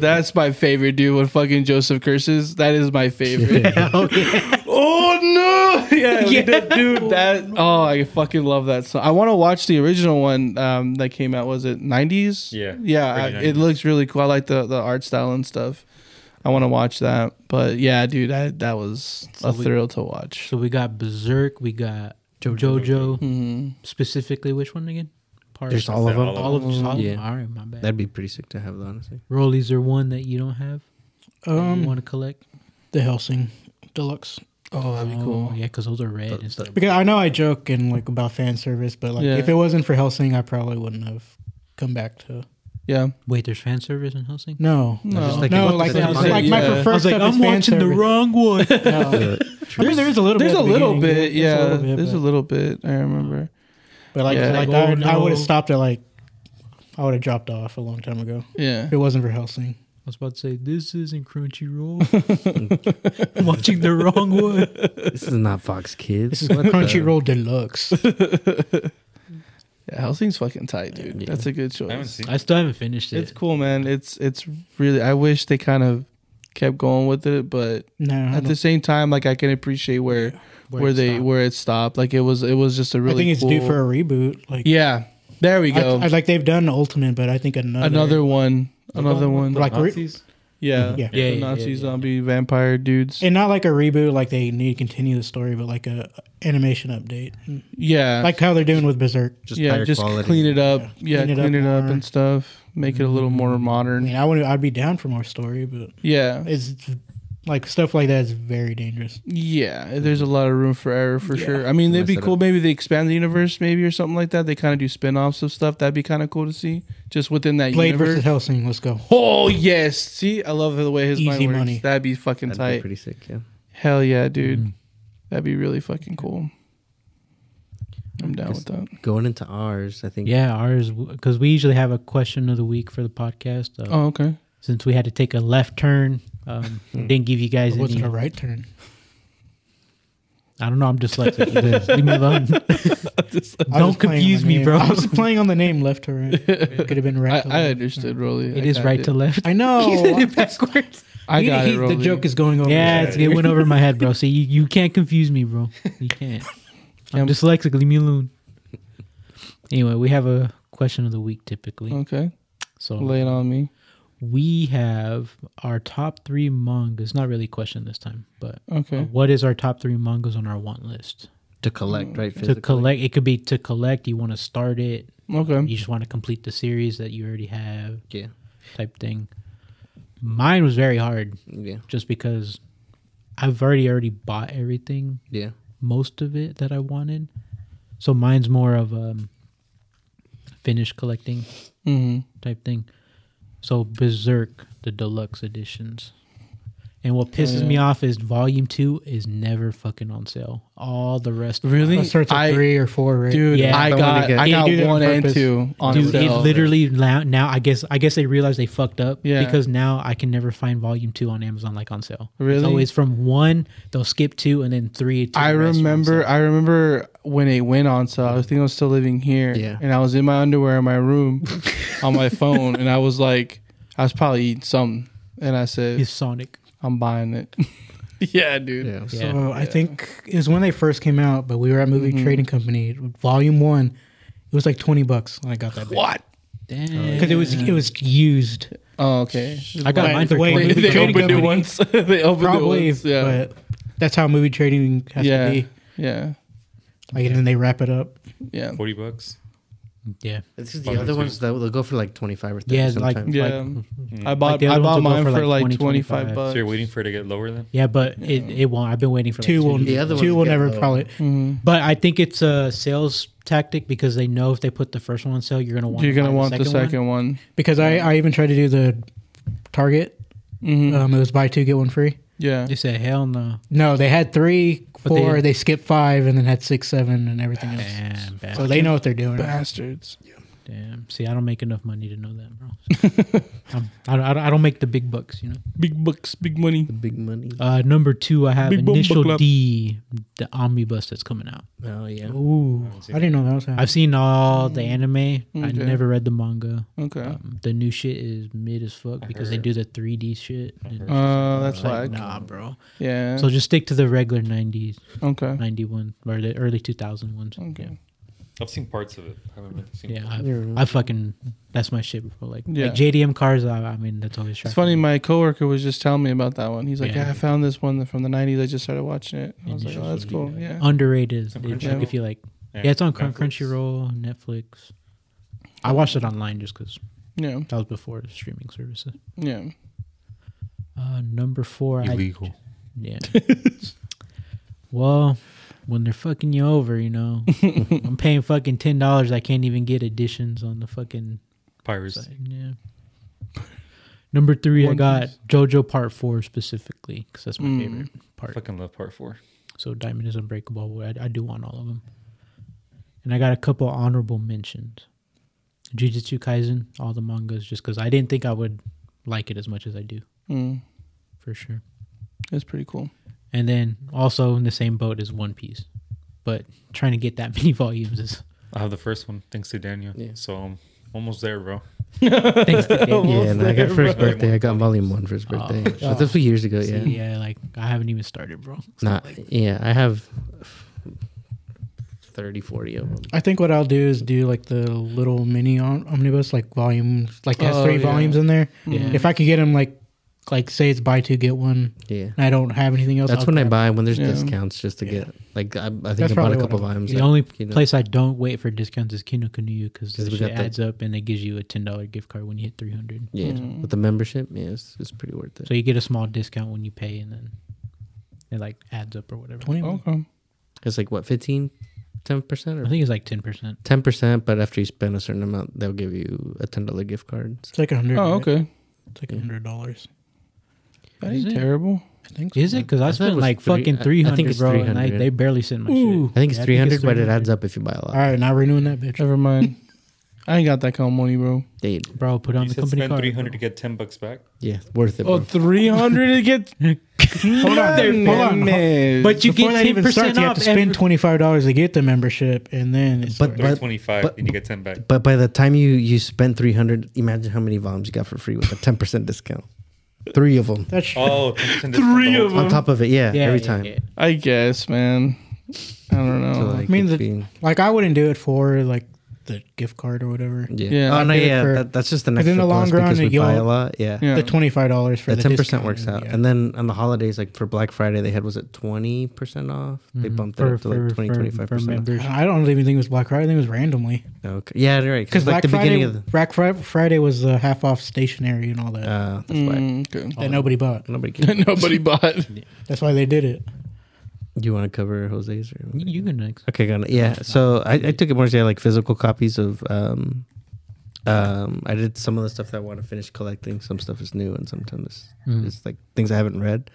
That's my favorite dude when fucking Joseph curses. That is my favorite.
Oh yeah.
oh no! Yeah, we did- dude, that oh I fucking love that song. I wanna watch the original one um that came out, was it nineties?
Yeah.
Yeah, I,
Early
it
90s.
looks really cool. I like the, the art style and stuff. I want to watch that. But yeah, dude, I, that was
So
a
we-
thrill to watch.
So we got Berserk. We got JoJo.
Mm-hmm.
Specifically, which one again? Part
There's all of
All
them.
of
all of just all
Yeah.
of them. All right, my bad.
That'd be pretty sick to have, though, honestly.
Rollies are one that you don't have. that you
Um,
want to collect.
the Helsing Deluxe.
Oh, that'd be cool.
Oh, yeah, because those are red
The-
and stuff.
Because I know I joke and like about fan service, but like
Yeah.
if it wasn't for Helsing, I probably wouldn't have come back to.
Yeah.
Wait, there's fan service in Helsing.
No,
No.
Just like-
no,
what
like,
the
like,
fuck?
like my
Yeah. I was
preferred
I was like,
stuff is
I'm
fan
watching the
service.
wrong one.
No. I mean, there is a little.
There's
bit
a
at the
little
beginning,
bit.
yeah,
Yeah.
there's a little
There's a little bit.
bit, but-
I remember.
But like,
Yeah.
like
Like, oh,
I, I
no.
would have stopped at like, I would have dropped off a long time ago
Yeah.
if it wasn't for Helsing.
I was about to say, this isn't Crunchyroll. I'm watching the wrong one.
This is not Fox Kids.
This is
What the-
Crunchyroll Deluxe.
Yeah, Helsing's fucking tight, dude.
Yeah.
That's a good
I haven't
choice.
seen.
I still haven't finished it.
It's cool, man. It's it's really I wish they kind of kept going with it, but
No, I
at
don't-
the same time, like I can appreciate where where,
it
they
stopped.
where it stopped. Like it was it was just a really
I think it's due
cool-
for a reboot. Like,
Yeah. There we go.
I, I- like they've done Ultimate, but I think another.
another one. Another one.
like re-
Nazis?
Yeah.
Mm-hmm. Yeah.
Yeah,
The
yeah,
Nazi
yeah, yeah.
zombie vampire dudes.
and not like a reboot, like they need to continue the story, but like a animation update,
yeah.
like how they're doing with Berserk.
Just
yeah,
higher
just
quality.
clean it up. Yeah,
Yeah,
clean it, up,
more. Mm-hmm.
and stuff. Make it a little more
I
modern.
mean, I would, I'd be down for more story, but
Yeah.
it's like stuff like that is very dangerous.
Yeah, there's a lot of room for error for sure. I mean, they'd be
Mess it
cool.
up.
Maybe they expand the universe, maybe or something like that. They kind of do spin offs of stuff. That'd be kind of cool to see, just within that
Blade
universe.
versus Helsing, let's go.
oh yes, see, I love the way his
Easy
mind works.
money.
That'd be fucking
That'd
tight.
be pretty sick, yeah.
Hell yeah, dude.
Mm-hmm. Mm.
That'd be really fucking cool. I'm down with that.
Going into ours, I think.
Yeah, ours because we usually have a question of the week for the podcast. Uh,
Oh okay.
Since we had to take a left turn, um,
Hmm.
didn't give you guys
Was
any.
it a right turn?
I don't know. I'm dyslexic. Leave me alone.
I was
Don't
playing on
confuse
the
me,
name.
bro.
I was playing on the name left to right. It could have been
I,
right. to
I
left.
understood, Rolly.
It is right to left.
I know.
He said it backwards.
I
He-
got
he-
it,
The
Rolly.
joke is going over.
Yeah,
his
it's,
head.
it went over my head, bro. See, you, you can't confuse me, bro. You can't. I'm dyslexic. Leave me alone. Anyway, we have a question of the week typically.
Okay,
So
lay it on me.
we have our top three mangas. Not really a question this time, but uh,
Okay.
what is our top three mangas on our want list?
To collect, right?
To collect, it could be to collect. You want to start it.
Okay.
You just want to complete the series that you already have,
Yeah.
type thing. Mine was very hard,
Yeah.
just because I've already already bought everything
Yeah.
most of it that I wanted. So mine's more of um finish collecting
hmm
type thing. So Berserk, the deluxe editions. And what pisses me
yeah.
off is volume two is never fucking on sale. All the rest
Really?
It starts at
I-
three or four, right?
Dude,
Yeah.
I
The one
got
that
I
gets-
got
They do that on
one and
purpose.
two on
Dude, it
sale.
literally now, now I guess I guess they realize they fucked up
Yeah.
because now I can never find volume two on Amazon like on sale.
Really?
It's always from one, they'll skip two and then three to
I
the rest are on
remember
sale.
I remember when it went on sale. I was thinking I was still living here.
Yeah.
And I was in my underwear in my room on my phone and I was like I was probably eating something. And I said,
it's Sonic.
I'm buying it. yeah, Oh, dude.
Yeah.
Yeah. Mm-hmm.
So I think is when they first came out, but we were at Movie Trading Company, Volume One. was like twenty bucks when I got that
What?
Damn.
because it was it was used.
Oh, okay.
I got
Right,
mine
the
for
way
twenty.
Movie
they
trading
opened it
company.
once. they opened
Probably,
it once. Yeah.
but that's how movie trading has
yeah.
to be.
Yeah.
Like, and then they wrap it up.
Yeah.
Forty bucks.
Yeah.
This is the other ones that will go for like twenty five or thirty.
Yeah,
Yeah,
it's like-
sometimes.
Yeah. I bought
the other
I
ones
bought
will go
mine
for,
for,
like, 20,
like 25
25.
bucks.
So you're waiting for it to get lower then?
Yeah, but it, it won't. I've been waiting for like
Two will
The other ones
two will
get
never
low.
probably.
Mhm.
But I think it's a sales tactic because they know if they put the first one on sale, you're gonna want.
You're
to
gonna
buy
want the
one.
second one.
Because I I even tried to do the Target.
Mhm.
Um, it was buy two get one free.
Yeah.
They said hell no.
No, they had three,
But they-
four. They, skipped five and then had six, seven, and everything else.
Damn,
So
bad.
they know what they're doing.
Bastards.
damn. See, I don't make enough money to know that, bro. I'm- I, don't- I, don't- I don't make the big bucks, you know.
Big bucks, big money.
the big money.
Uh, number two, I have
Big bumper
initial
clap.
D, the omnibus that's coming out.
Oh yeah.
Ooh, I didn't know that was happening.
I've seen all the anime. I
Okay.
never read the manga.
Okay.
Um, the new shit is mid as fuck because they
heard.
do the 3D shit. And it's
Uh, that's
like,
whack.
nah, bro.
Yeah.
So just stick to the regular 90s,
okay.
91 or the early 2000 ones.
Okay.
I've seen parts of it. I haven't really seen.
Yeah, I, I fucking that's my shit, bro. Like,
Yeah.
like JDM cars. I, I mean, that's always
It's funny. My coworker was just telling me about that one. He's like,
Yeah.
"Yeah, I found this one from the '90s. I just started watching it." I was like, "Oh, that's cool." Yeah.
underrated.
on
dude.
Crunchyroll?
Like, if you like,
Yeah,
yeah, it's on Crun-
Netflix.
Crunchyroll, Netflix. I watched it online just because
Yeah.
that was before the streaming services.
Yeah.
Uh, number four, I-
Illegal.
yeah. well, when they're fucking you over, you know, I'm paying fucking ten dollars. I can't even get additions on the fucking
Pirates.
site. Yeah. Number three, I
One
got JoJo Part Four specifically because that's my
Mm.
favorite part.
Fucking love part four.
So Diamond is Unbreakable. I, I do want all of them. And I got a couple honorable mentions. Jujutsu Kaisen, all the mangas, just because I didn't think I would like it as much as I do,
Mm.
for sure.
That's pretty cool.
And then also in the same boat as One Piece. But trying to get that many volumes is
I have the first one, thanks to Daniel.
Yeah.
So I'm almost there, bro.
thanks to Dave.
Yeah, and I got
there,
first
bro.
birthday. I got volume one for his
Oh,
birthday.
shit.
But this was years ago.
See,
Yeah,
yeah, like I haven't even started, bro.
not yeah. I have 30, 40 of them.
I think what I'll do is do like the little mini om- omnibus, like volume, like it has
Oh,
three
yeah.
volumes in there.
Mm-hmm.
Yeah.
If I could get them, like, like say it's buy two get one,
Yeah,
and I don't have anything else.
that's
I'll
when I
grab-
buy when there's
Yeah.
discounts just to
Yeah.
get like I, I think
That's
I bought
probably
a
what
couple
I'm-
volumes.
The only
you know.
place I don't wait for discounts is Kino Kanuya because
'Cause
that
we
shit
got the-
adds up and it gives you a ten dollar gift card when you hit three hundred.
yeah,
Mm.
with the membership, yeah, it's, it's pretty worth it.
So you get a small discount when you pay, and then it like adds up or whatever.
20
Okay.
It's like what 15, 10 percent
I
or
think it's like ten percent.
ten percent. But after you spend a certain amount, they'll give you a ten dollar gift card.
It's like a hundred.
Oh,
right?
okay.
It's like a
Mm-hmm.
hundred dollars.
That
Is
ain't
it?
terrible.
I think. So.
Is it? Because I,
I thought it
spent
was
like
three-
fucking
I- I
three
think
hundred,
it's
bro, and I,
300.
they barely sent my
Ooh.
shit.
I think it's
Yeah,
three hundred, but it
300.
adds up if you buy a lot.
All right, not renewing that bitch.
Never mind. I ain't got that kind of money, bro.
Dude,
Bro, put it on
you
the
said
company
spend
card.
three hundred to get ten bucks back.
yeah, worth it.
Oh,
bro.
300 to get.
Hold on, hold on, hold-
But you
Before
get
that
ten
even starts,
percent
you have
off.
to spend
every-
twenty five dollars to get the membership, and then it's
But-
Three twenty five,
but-
and you get ten back.
But by the time you you spend three hundred, imagine how many volumes you got for free with a ten percent discount. Three of them
that's
Oh,
Three of
on top of it. Yeah,
Yeah,
every
yeah,
time.
yeah.
I guess, man. I don't know.
So like,
Oh, I mean,
it's
the-
being-
like I wouldn't do it for like the gift card or whatever.
yeah.
Yeah,
Oh no,
I did it
yeah.
for-
that, that's just the
But
next.
in the long run,
because we
it-
buy a
y'all-
lot. Yeah.
yeah.
The twenty five dollars for
The
the
ten percent
discount,
works out,
yeah.
and then on the holidays, like for Black Friday, they had was it twenty percent off? They
Mm-hmm.
Mhm.
bumped
For-
it up to like
for-
20,
for-
25
for
percent.
members.
I don't even think it was Black Friday. I think it was randomly
Okay, yeah, you're right.
because
Because like
Black
the
Friday,
beginning of the,
Black Fri- Friday was the half off stationery and all that
uh, that's why
Mm, okay.
that nobody bought.
nobody. Cares.
Nobody bought.
That's why they did it.
you want to cover Jose's or
You you can next.
Okay, got it. Yeah. So I, I took it more as yeah, like physical copies of um um I did some of the stuff that I want to finish collecting. Some stuff is new and sometimes it's,
Mm.
it's like things I haven't read.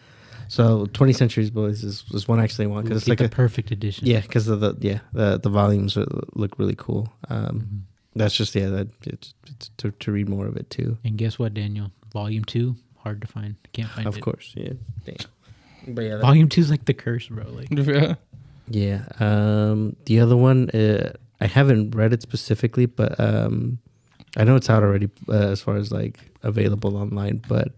So 20th Centuries Boys is, is one I actually want
Get
because it's
like
like
the
a
perfect edition.
yeah because of the yeah the the volumes are- look really cool.
Mm-hmm.
Um, that's just yeah that it's, it's to to read more of it too.
And guess what, Daniel? Volume two, hard to find. Can't find
Of
it.
course, yeah. Damn. But yeah, that-
Volume two's like the curse, bro. Like
yeah.
Yeah. Um, the other one, uh, I haven't read it specifically, but um, I know it's out already uh, as far as like available online. But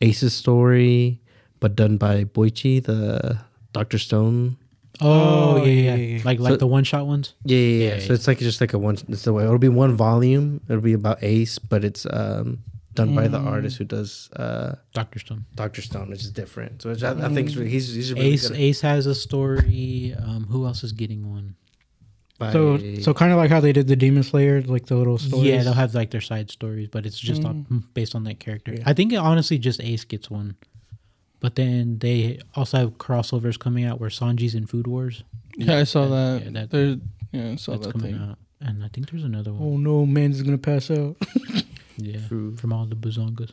Ace's story, but done by Boichi, the Doctor Stone
Oh, yeah, yeah, yeah. Like like
So-
the one shot ones.
Yeah, yeah, yeah.
Yeah,
So it's like just like a one. It's the way it'll be one volume. It'll be about Ace, but it's um done by the artist who does uh
Doctor Stone.
Doctor Stone, which is different. So it's, I, I think it's really- he's he's really
Ace
good
Ace has a story. Um, who else is getting one?
by-
So so kind of like how they did the Demon Slayer, like the little stories.
Yeah, they'll have like their side stories, but it's just on,
Mm.
based on that character. I think honestly, just Ace gets one. But then they also have crossovers coming out where Sanji's in Food Wars.
Yeah, I saw
that-
that.
yeah, that-
There- yeah, I saw
That's
that
coming
thing.
out, and I think there's another one.
Oh no, man's gonna pass out.
Yeah,
True.
from all the bazongas.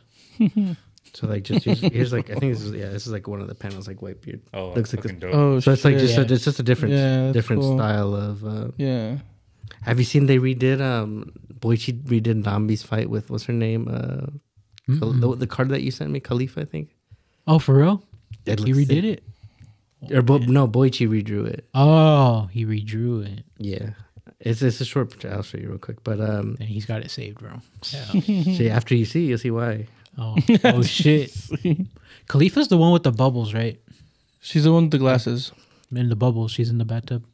So like just here's, here's like I think this is yeah this is like one of the panels like Whitebeard.
Oh,
Looks
looks
like
fucking dope.
Oh,
So it's like just
Yeah.
a, it's just a different
Yeah, that's
different
cool.
style of. Uh,
yeah.
have you seen they redid um Boichi redid Nambi's fight with what's her name uh Khal- the, the card that you sent me Khalifa I think
Oh, for real?
It
he
looks
redid
sick.
it.
or Bo- no Boichi redrew it
Oh, he redrew it,
Yeah. It's it's a short picture. I'll show you real quick. But um
and he's got it saved, bro.
see after you see you'll see why.
Oh, oh shit! Khalifa's the one with the bubbles, right?
She's the one with the glasses.
In the bubbles, she's in the bathtub.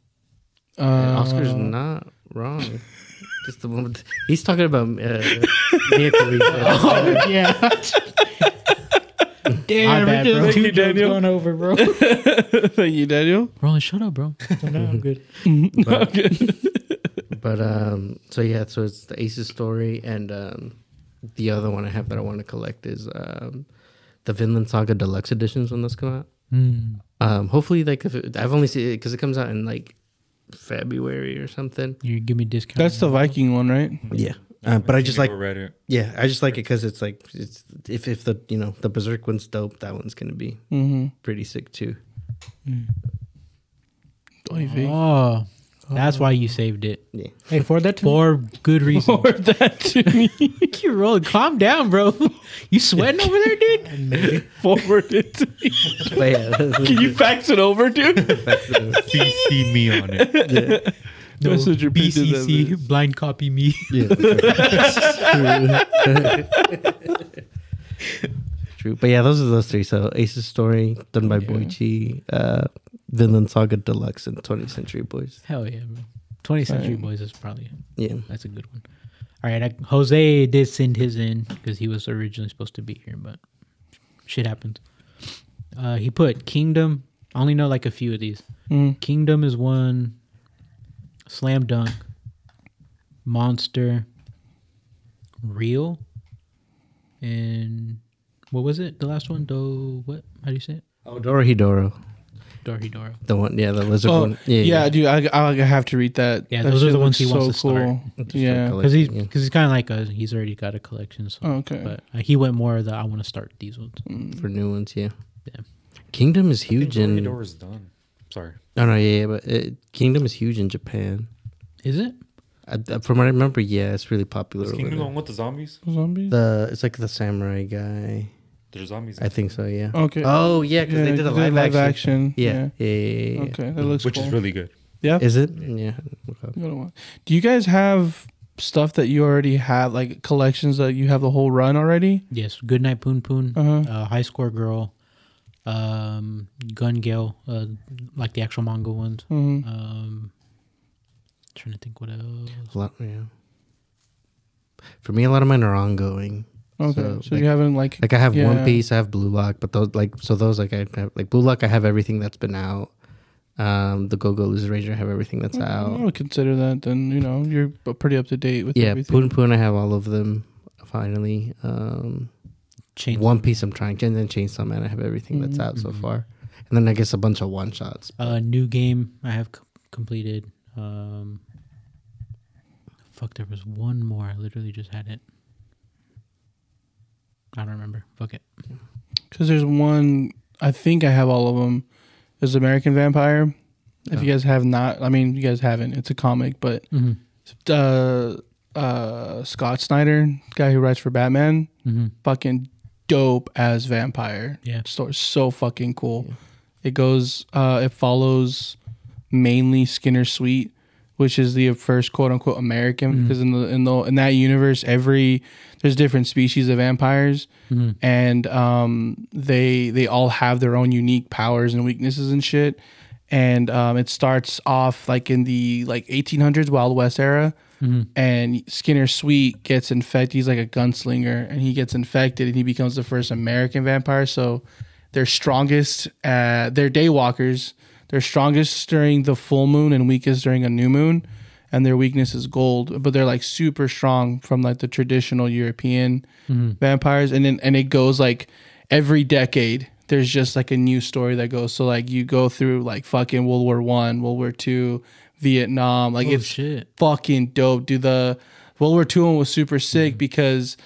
Uh,
Oscar's not wrong. Just the one with, he's talking about uh Mia Khalifa.
yeah.
My
Damn,
bad,
we're
bro.
just two jokes going over, bro.
Thank you, Daniel.
Roland, shut up, bro.
no, I'm good.
but, but um so yeah, so it's the Aces story and um the other one I have that I want to collect is um the Vinland Saga Deluxe Editions when those come out.
Mm,
Um hopefully like if it, I've only seen it because it comes out in like February or something.
you give me a discount.
That's the Viking one, right?
Yeah.
Hmm.
Uh, but I just like
read it.
Yeah, I just like it because it's like it's if if the you know the berserk one's dope, that one's gonna be
Mm-hmm.
pretty sick too.
Don't you think?
Oh, that's why you
Oh.
saved it
Yeah,
Hey, forward that to me.
for good reason.
Forward that to me.
you Roland, calm down, bro. You sweating over there, dude?
Forward it to me.
but yeah,
Can you fax it over, dude?
CC me on it.
No,
Message your piece to them.
BCC, blind copy me.
true. But yeah, those are those three. So Ace's story done by Boichi, uh, Vinland Saga Deluxe, and 20th Century Boys.
Hell yeah, bro. 20th Century
Right.
Boys is probably
Yeah,
that's a good one. All right, I, Jose did send his in because he was originally supposed to be here, but shit happens. Uh, he put Kingdom. I only know like a few of these.
Mm.
Kingdom is one. Slam Dunk. Monster. Real. And what was it? The last one? Do what? How do you say it?
Odoro Oh, Hidoro,
Dory Doro.
the one. Yeah, the lizard
Oh,
one.
yeah, dude, I, I have to read that.
Yeah,
That
those are
shit
the ones he wants
looks
to start.
Just for
Yeah.
Because he's
collecting,
because he's kind of like a he's already got a collection. So,
Oh, okay. Mm.
but uh, he went more that I want to start these ones.
yeah, for new ones. Yeah.
Yeah.
Kingdom is huge in.
Door is done. Sorry.
No, no, yeah, yeah but uh Kingdom is huge in Japan.
Is it?
I, I- from what I remember, yeah, it's really popular.
Is
over
Kingdom the
there.
one with the zombies?
Zombies?
The it's like the samurai guy.
There's zombies. in
I
it,
think so. Yeah.
okay.
Oh yeah, because they did a live, action. Yeah. Yeah. yeah, yeah, yeah. Mm.
Okay, that looks
which
cool.
is really good.
yeah.
Is it? Yeah. Okay.
You gotta want- Do you guys have stuff that you already have, like collections that you have the whole run already?
Yes. Good night, Poon Poon.
Uh-huh.
Uh, high score girl. Um, Gun Gale. Uh, like the actual manga ones.
Mm-hmm.
Um, trying to think what else.
A lot. Yeah. For me, a lot of mine are ongoing.
Okay, so,
So,
you haven't like,
Like I have
Yeah.
One Piece, I have Blue Lock, but those like so those like I have like Blue Lock, I have everything that's been out. Um, the Go Go Loser Ranger, I have everything that's
I
out.
would consider that. Then you know you're b- pretty up to date with
Yeah,
everything.
Poon Poon, I have all of them. Finally, um,
Chain.
One Piece, I'm trying, and then Chainsaw Man, I have everything that's out so far, and then I guess a bunch of one shots.
Uh, new game I have c- completed. Um, fuck, there was one more. I literally just had it. I don't remember. Fuck it.
Because there's one, I think I have all of them. There's American Vampire. If you guys have not, I mean, you guys haven't. It's a comic, but
Mm-hmm.
uh, uh, Scott Snyder, guy who writes for Batman,
Mm-hmm.
fucking dope as vampire.
Yeah.
story so fucking cool. It goes, uh, it follows mainly Skinner Sweet, which is the first quote unquote American because in the in the in that universe, every there's different species of vampires,
Mhm.
and um, they they all have their own unique powers and weaknesses and shit. and um, it starts off like in the like 1800s Wild West era. And Skinner Sweet gets infected. He's like a gunslinger, and he gets infected, and he becomes the first American vampire. So they're strongest. At, they're daywalkers. They're strongest during the full moon and weakest during a new moon. And their weakness is gold, but they're like super strong from like the traditional European vampires. And then and it goes like every decade there's just like a new story that goes so like you go through like fucking world war one world war two vietnam
Oh,
like it's
shit.
fucking dope dude the world war two one was super sick because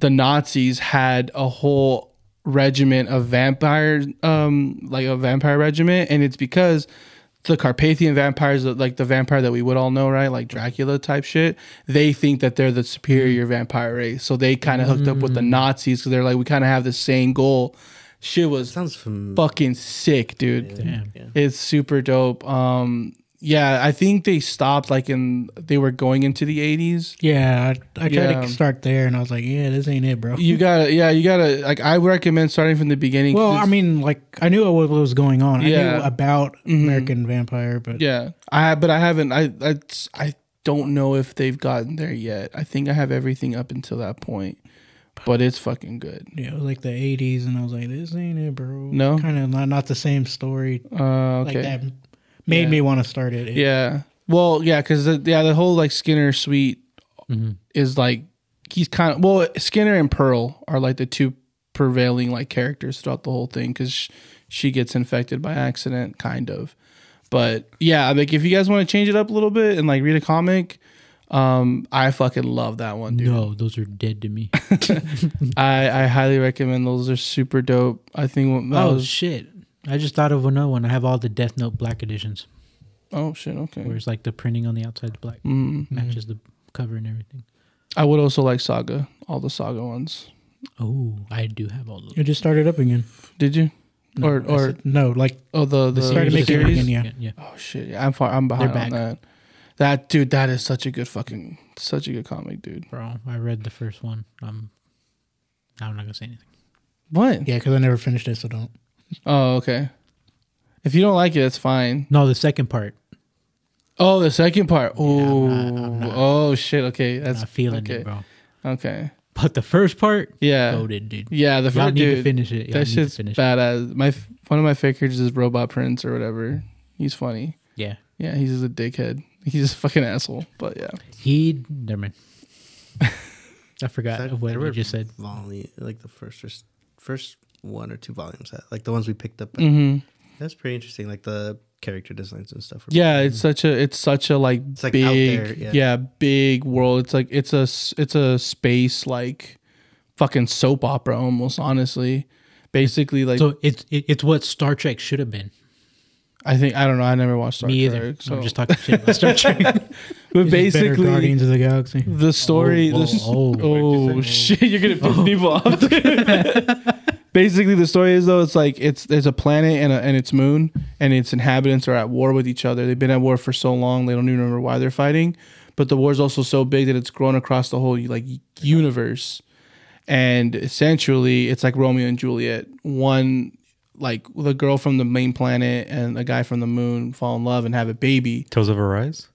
the nazis had a whole regiment of vampire um like a vampire regiment and it's because the Carpathian vampires, like the vampire that we would all know, right? Like Dracula type shit. They think that they're the superior vampire race. So they kind of hooked up with the Nazis because they're like, we kind of have the same goal. Shit was
Sounds familiar.
fucking sick, dude.
Damn.
It's super dope. Um, yeah, I think they stopped like in, they were going into the 80s.
Yeah, I, I tried
Yeah.
to start there, and I was like, "Yeah, this ain't it, bro."
You gotta, yeah, you gotta, like, I recommend starting from the beginning.
well,
'cause-
I mean, like I knew what was going on. I
Yeah. Mm-hmm.
knew about American Vampire, but
Yeah, I but I haven't. I I I don't know if they've gotten there yet. I think I have everything up until that point, but it's fucking good.
yeah, it was like the '80s, and I was like, "This ain't it, bro."
No?
kind of not, not the same story.
Uh, okay.
Like that made
Yeah.
me want to start it.
Yeah. Well, yeah, because the, yeah, the whole like Skinner suite
Mm-hmm.
is like he's kind of well Skinner and Pearl are like the two prevailing like characters throughout the whole thing because sh- she gets infected by accident, kind of. But yeah, like if you guys want to change it up a little bit and like read a comic, um, I fucking love that one, dude.
No, those are dead to me.
I, I highly recommend those. They're super dope. I think that
oh
was
shit! I just thought of another one. I have all the Death Note black editions,
oh shit
where
okay. Mm-hmm.
it's like the printing on the outside's black matches the cover and everything.
I would also like Saga, all the Saga ones.
Oh, I do have all those.
It just started up again.
Did you? or
I
or
said- no, like
oh the the,
started
Series,
making it
series?
again. Yeah,
Yeah, yeah.
Oh shit! Yeah, I'm far, I'm behind
They're
on
back.
that. That dude, that is such a good fucking such a good comic, dude.
bro. I read the first one. I'm. I'm not gonna say anything.
What?
yeah, because I never finished it, so don't.
Oh okay. If you don't like it, it's fine.
No, the second part.
Oh, the second part. Oh,
I'm not-
oh shit. Okay, that's
not feeling
okay.
it, bro.
Okay,
But the first part,
yeah,
goaded, dude.
yeah. The
Y'all
first
need
dude,
to finish it. Y'all
that
need to
shit's
finish it.
badass. My f- one of my favorite characters is Robot Prince or whatever. He's funny.
Yeah,
Yeah, he's just a dickhead. He's a fucking asshole. But yeah,
he. Never mind. I forgot
Is that-
what
there
you
were
just said.
Volume, like the first or s- first one or two volumes, that- like the ones we picked up.
hmm
That's pretty interesting. Like the character designs and stuff. were-
yeah. It's
Mm-hmm.
such a it's such a like
like, out
big
there,
yeah.
yeah.
big world. It's like it's a s- it's a space like fucking soap opera almost. Honestly, basically like
So it's it, it's what Star Trek should have been.
I think I don't know. I never watched Star
Me
Trek,
either.
So
I'm just talking shit about Star Trek.
but
It's better
basically mm,
Guardians of the Galaxy.
the story.
Oh,
the s-
oh,
oh, shit! You're gonna piss people off. Oh. Basically, the story is though it's like it's there's a planet and a, and its moon and its inhabitants are at war with each other. They've been at war for so long they don't even remember why they're fighting. But the war's also so big that it's grown across the whole like universe, and essentially it's like Romeo and Juliet. One like the girl from the main planet and a guy from the moon fall in love and have a baby.
Tales of Arise.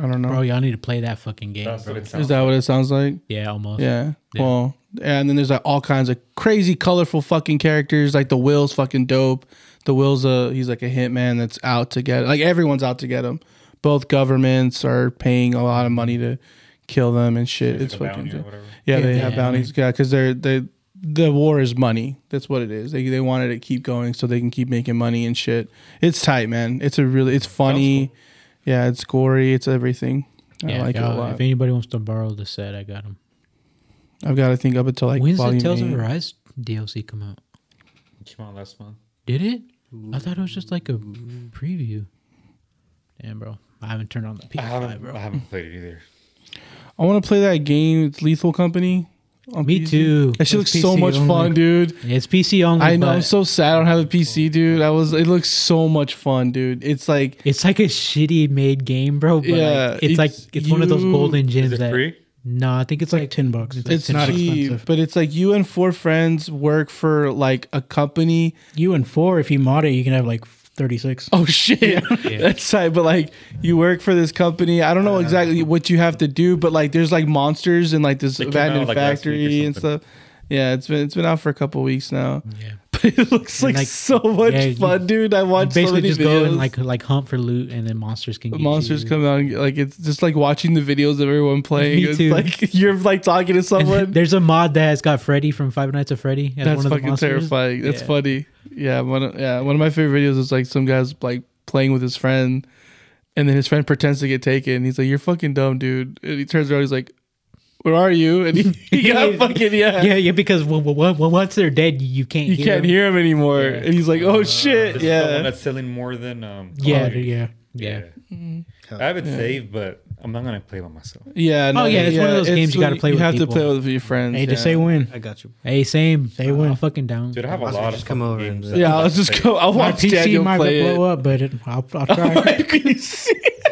I don't know.
Bro, y'all need to play that fucking game.
That's
bro.
what it
is
sounds.
that what it sounds like?
Yeah, almost.
Yeah. Well, and then there's like all kinds of crazy, colorful fucking characters. Like the Will's fucking dope. The Will's a he's like a hitman that's out to get like everyone's out to get him. Both governments are paying a lot of money to kill them and shit.
Like
It's
a
fucking
bounty or
dope.
whatever.
yeah, they
Yeah,
have
yeah.
bounties. Yeah, because they're they the war is money. That's what it is. They they wanted to keep going so they can keep making money and shit. It's tight, man. It's a really it's funny. Yeah, it's gory. It's everything. I
Yeah,
like it a
y'all-
lot.
If anybody wants to borrow the set, I got them.
I've got to think up until like
When's the
volume
Tales of
eight.
Arise DLC come out?
It Came out last month.
Did it? I thought it was just like a preview. Damn, bro. I haven't turned on the
I
PS5,
haven't.
bro.
I haven't played it either.
I want to play that game. It's Lethal Company. on
Me
PC.
too.
That shit looks
It's
so
PC
much
only.
fun, dude.
It's PC only.
I know.
but
I'm so sad I don't have a PC, dude. I was. It looks so much fun, dude. It's like
It's like a shitty made game, bro. But
Yeah,
like, it's, like
it's-
it's one of those
you-
golden gems
Is it
that.
free?
No, I think it's like,
Like ten bucks.
It's
it's
like
not
not
cheap,
expensive.
but it's like you and four friends work for like a company.
You and four, if you mod it, you can have like f- 36.
Oh shit. That's right. But like you work for this company. I don't
Uh,
know exactly what you have to do, but like there's like monsters in like this
It came
abandoned
out, like, last week or
factory and
something.
stuff. Yeah, it's been it's been out for a couple weeks now.
Yeah.
But it looks
And,
like,
like,
so much
yeah, you-
fun, dude. I watched so
Basically,
many
just
videos.
go and like like hunt for loot, and then monsters can
The
get
monsters
you.
come out and get- like it's just like watching the videos of everyone playing.
Me
it's
too.
like you're like talking to
And
someone.
There's a mod that has got Freddy from Five Nights at Freddy as
That's
one of the
fucking
monsters.
terrifying. That's
Yeah.
funny. Yeah, one of, yeah, one of my favorite videos is like some guys like playing with his friend, and then his friend pretends to get taken. He's like, "You're fucking dumb, dude." And he turns around, he's like, "Where are you?" And he, he got fucking yeah.
Yeah, yeah. Because w- w- w- once they're dead, you you can't
You
hear
can't
them.
hear him anymore, and he's like, "Oh shit,
This is the one
yeah."
that's selling more than um.
Yeah,
Call of Duty.
yeah, yeah.
Mm-hmm.
I have it saved, but I'm not gonna play by myself.
Yeah, no,
Oh, yeah, it's one of those games you gotta play
You
with
have
people.
to play with your friends.
Hey,
yeah.
just say when.
I got you.
Hey, same.
They win.
I'm fucking down.
Dude, I have a
Also,
lot
just
of
come
fucking
over and-
games that
Yeah,
I'd
I'll
like to
just
play.
go. I'll
My
watch
PC
Daniel
might
play
blow
it.
up, but it, I'll, I'll try.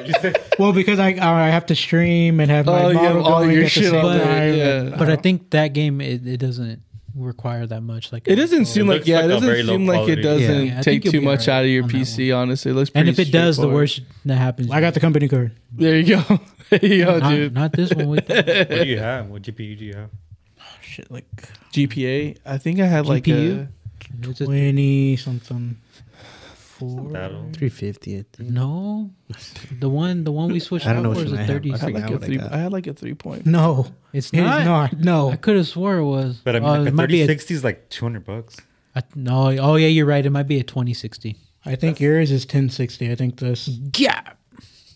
You said-
well, because I I have to stream and have my
Oh, you
model
have all
going
your
at the
shit
same
on
time.
there. Yeah.
But I think that game it, it doesn't require that much. Like
It doesn't seem like
looks
yeah,
like
it
a
doesn't
very low
seem like it
quality.
doesn't
Yeah, I
take
think you'll
too
be alright
much out of your
on that
PC. Honestly, it looks.
And if
pretty
it does, the
straightforward.
worst that happens.
I got the company card.
There you go. there you go,
not,
dude.
not this one. With the,
what do you have? What GPU do you have?
Oh, Shit, like
GPA. I think I had like
GPU?
a.
it's a,
twenty something. Four.
That'll.
350. I think.
no, the one the one we switched
I don't
out
know
for
which
is
one
a
I have.
thirty.
I
I had
forgot
like a
what I
three.
got.
I had like a three point.
No,
It's
it is
not.
not.
I
No,
could have swore it was.
But I mean,
Oh,
like
it
a
might be a,
3060 is like 200 bucks.
I- no. Oh yeah, you're right. It might be a twenty sixty.
I think yours is ten sixty. I think this.
Yeah.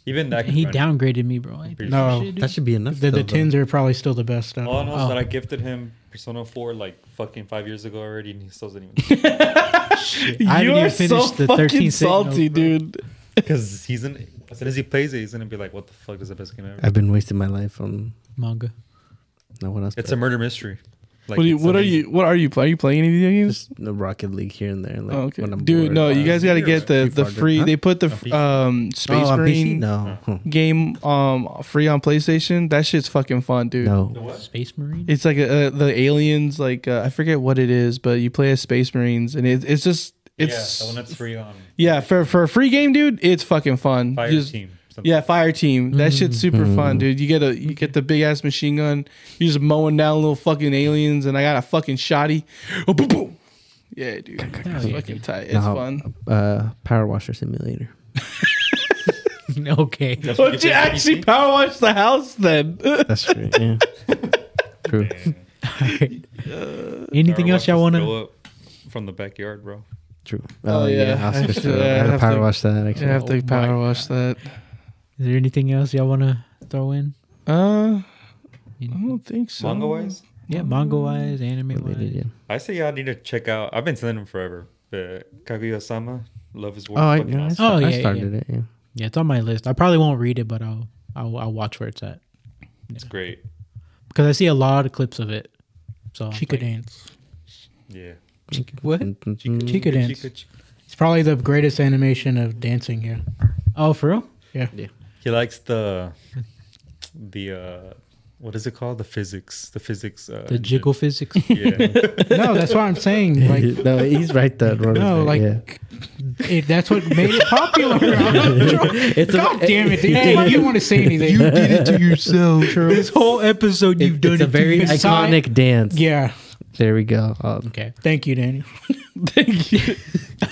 Even that.
He
could run.
downgraded me, bro. I ain't
No.
shit, dude.
That should be enough.
The,
though,
the
though.
tins are probably still the best stuff.
All I know is
Oh.
that I gifted him Persona 4 like fucking five years ago already, and he still doesn't even.
I haven't
You
even
are so
finished the
fucking
13 signals,
salty, dude.
Because he's in. As soon as he plays it, he's gonna be like, "What the fuck is the best game ever?"
I've been wasting my life on
manga.
no one else.
It's a murder mystery. Like,
What, do you,
it's
what are
amazing.
you? What are you? Are you playing any video games?
just the Rocket League here and there. Like
Oh, okay,
when I'm
dude.
bored.
No, you guys got to get the the
Huh?
free. They put the f-
PC.
um
Oh,
Space
on PC?
Marine
No, Huh.
game um free on PlayStation. That shit's fucking fun, dude.
The
no.
what?
Space Marine.
It's like uh the aliens, like uh, I forget what it is, but you play as Space Marines, and it, it's just it's
yeah,
yeah,
the one that's free on
for for a free game, dude. It's fucking fun.
Fire
You just-
Team. something.
Yeah, fire team. That shit's super fun, dude. You get a you get the big ass machine gun. You just mowing down little fucking aliens, and I got a fucking shoddy. Oh, boom, boom. Yeah, dude. It's
yeah,
fucking
dude.
tight. It's
No.
fun.
Uh, Power Washer Simulator.
okay.
That's what
But you
play on
actually
PC?
power wash the house then.
That's true. Yeah. True.
Anything
Power
else y'all
walkers
want to?
go up From the backyard, bro.
True.
Oh,
Oh,
yeah.
yeah. I was supposed to-
Yeah, I
I had
have
to power
to-
wash that
you
actually.
have
Oh
to
my
power wash that.
Is there anything else y'all want to throw in?
Uh,
You
I
know?
don't think so.
Manga wise,
Yeah, manga wise, anime wise.
Related, yeah.
I say y'all need to check out. I've been telling him forever, but Kaguya-sama, Love is War.
Oh, I,
fucking
yeah, I,
awesome.
sta-
Oh, yeah,
I
yeah.
started it. Yeah.
Yeah, it's on my list. I probably won't read it, but I'll I'll, I'll watch where it's at
It's great.
because I see a lot of clips of it. So I'm
Chica
like,
dance.
Yeah.
What?
Mm-mm.
Chica dance.
Chica, chica.
It's probably the greatest animation of dancing. Yeah.
Oh, for real?
Yeah.
He likes the the uh what is it called? The physics. The physics uh,
The
engine.
jiggle physics.
Yeah.
No, that's what I'm saying. Like,
no, he's right though. Ronan's right,
no, like
yeah.
it, that's what made it popular.
it's
God damn it, dude! Hey, you want to say anything?
did it to yourself.
this whole episode
It- it's a very
yourself.
iconic dance.
yeah.
There we go. Oh,
okay.
Thank you, Daniel.
Thank you.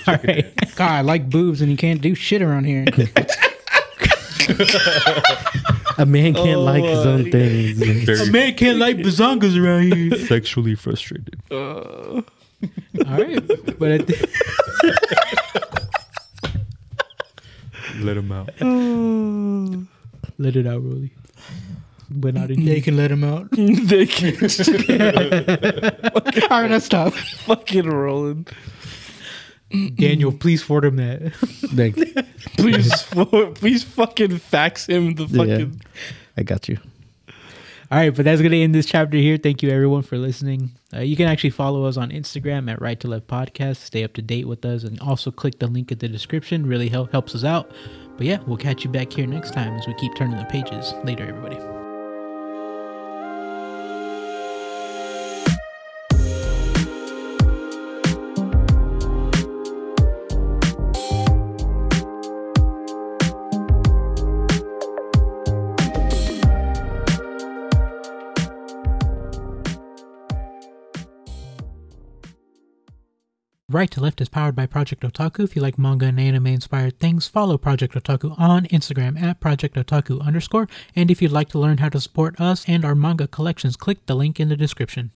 All right.
God, I like boobs, and you can't do shit around here.
a man can't like his own things.
Very
man can't like bazongas around here.
sexually frustrated.
All right, but I think
Let him out.
Uh,
let it out, Rolly. But not in
yeah, you can let him out.
they keep
All right, let's stop.
fucking rolling.
Daniel. Please forward him that.
Like,
Please, fo- please fucking fax him the fucking.
yeah, I got you.
All right, but that's going to end this chapter here. Thank you, everyone, for listening. Uh, you can actually follow us on Instagram at Right to Left Podcast. Stay up to date with us and also click the link in the description. Really help, helps us out. But yeah, we'll catch you back here next time as we keep turning the pages. Later, everybody. Right to Left is powered by Project Otaku. If you like manga and anime inspired things, follow Project Otaku on Instagram at Project Otaku underscore. And if you'd like to learn how to support us and our manga collections, click the link in the description.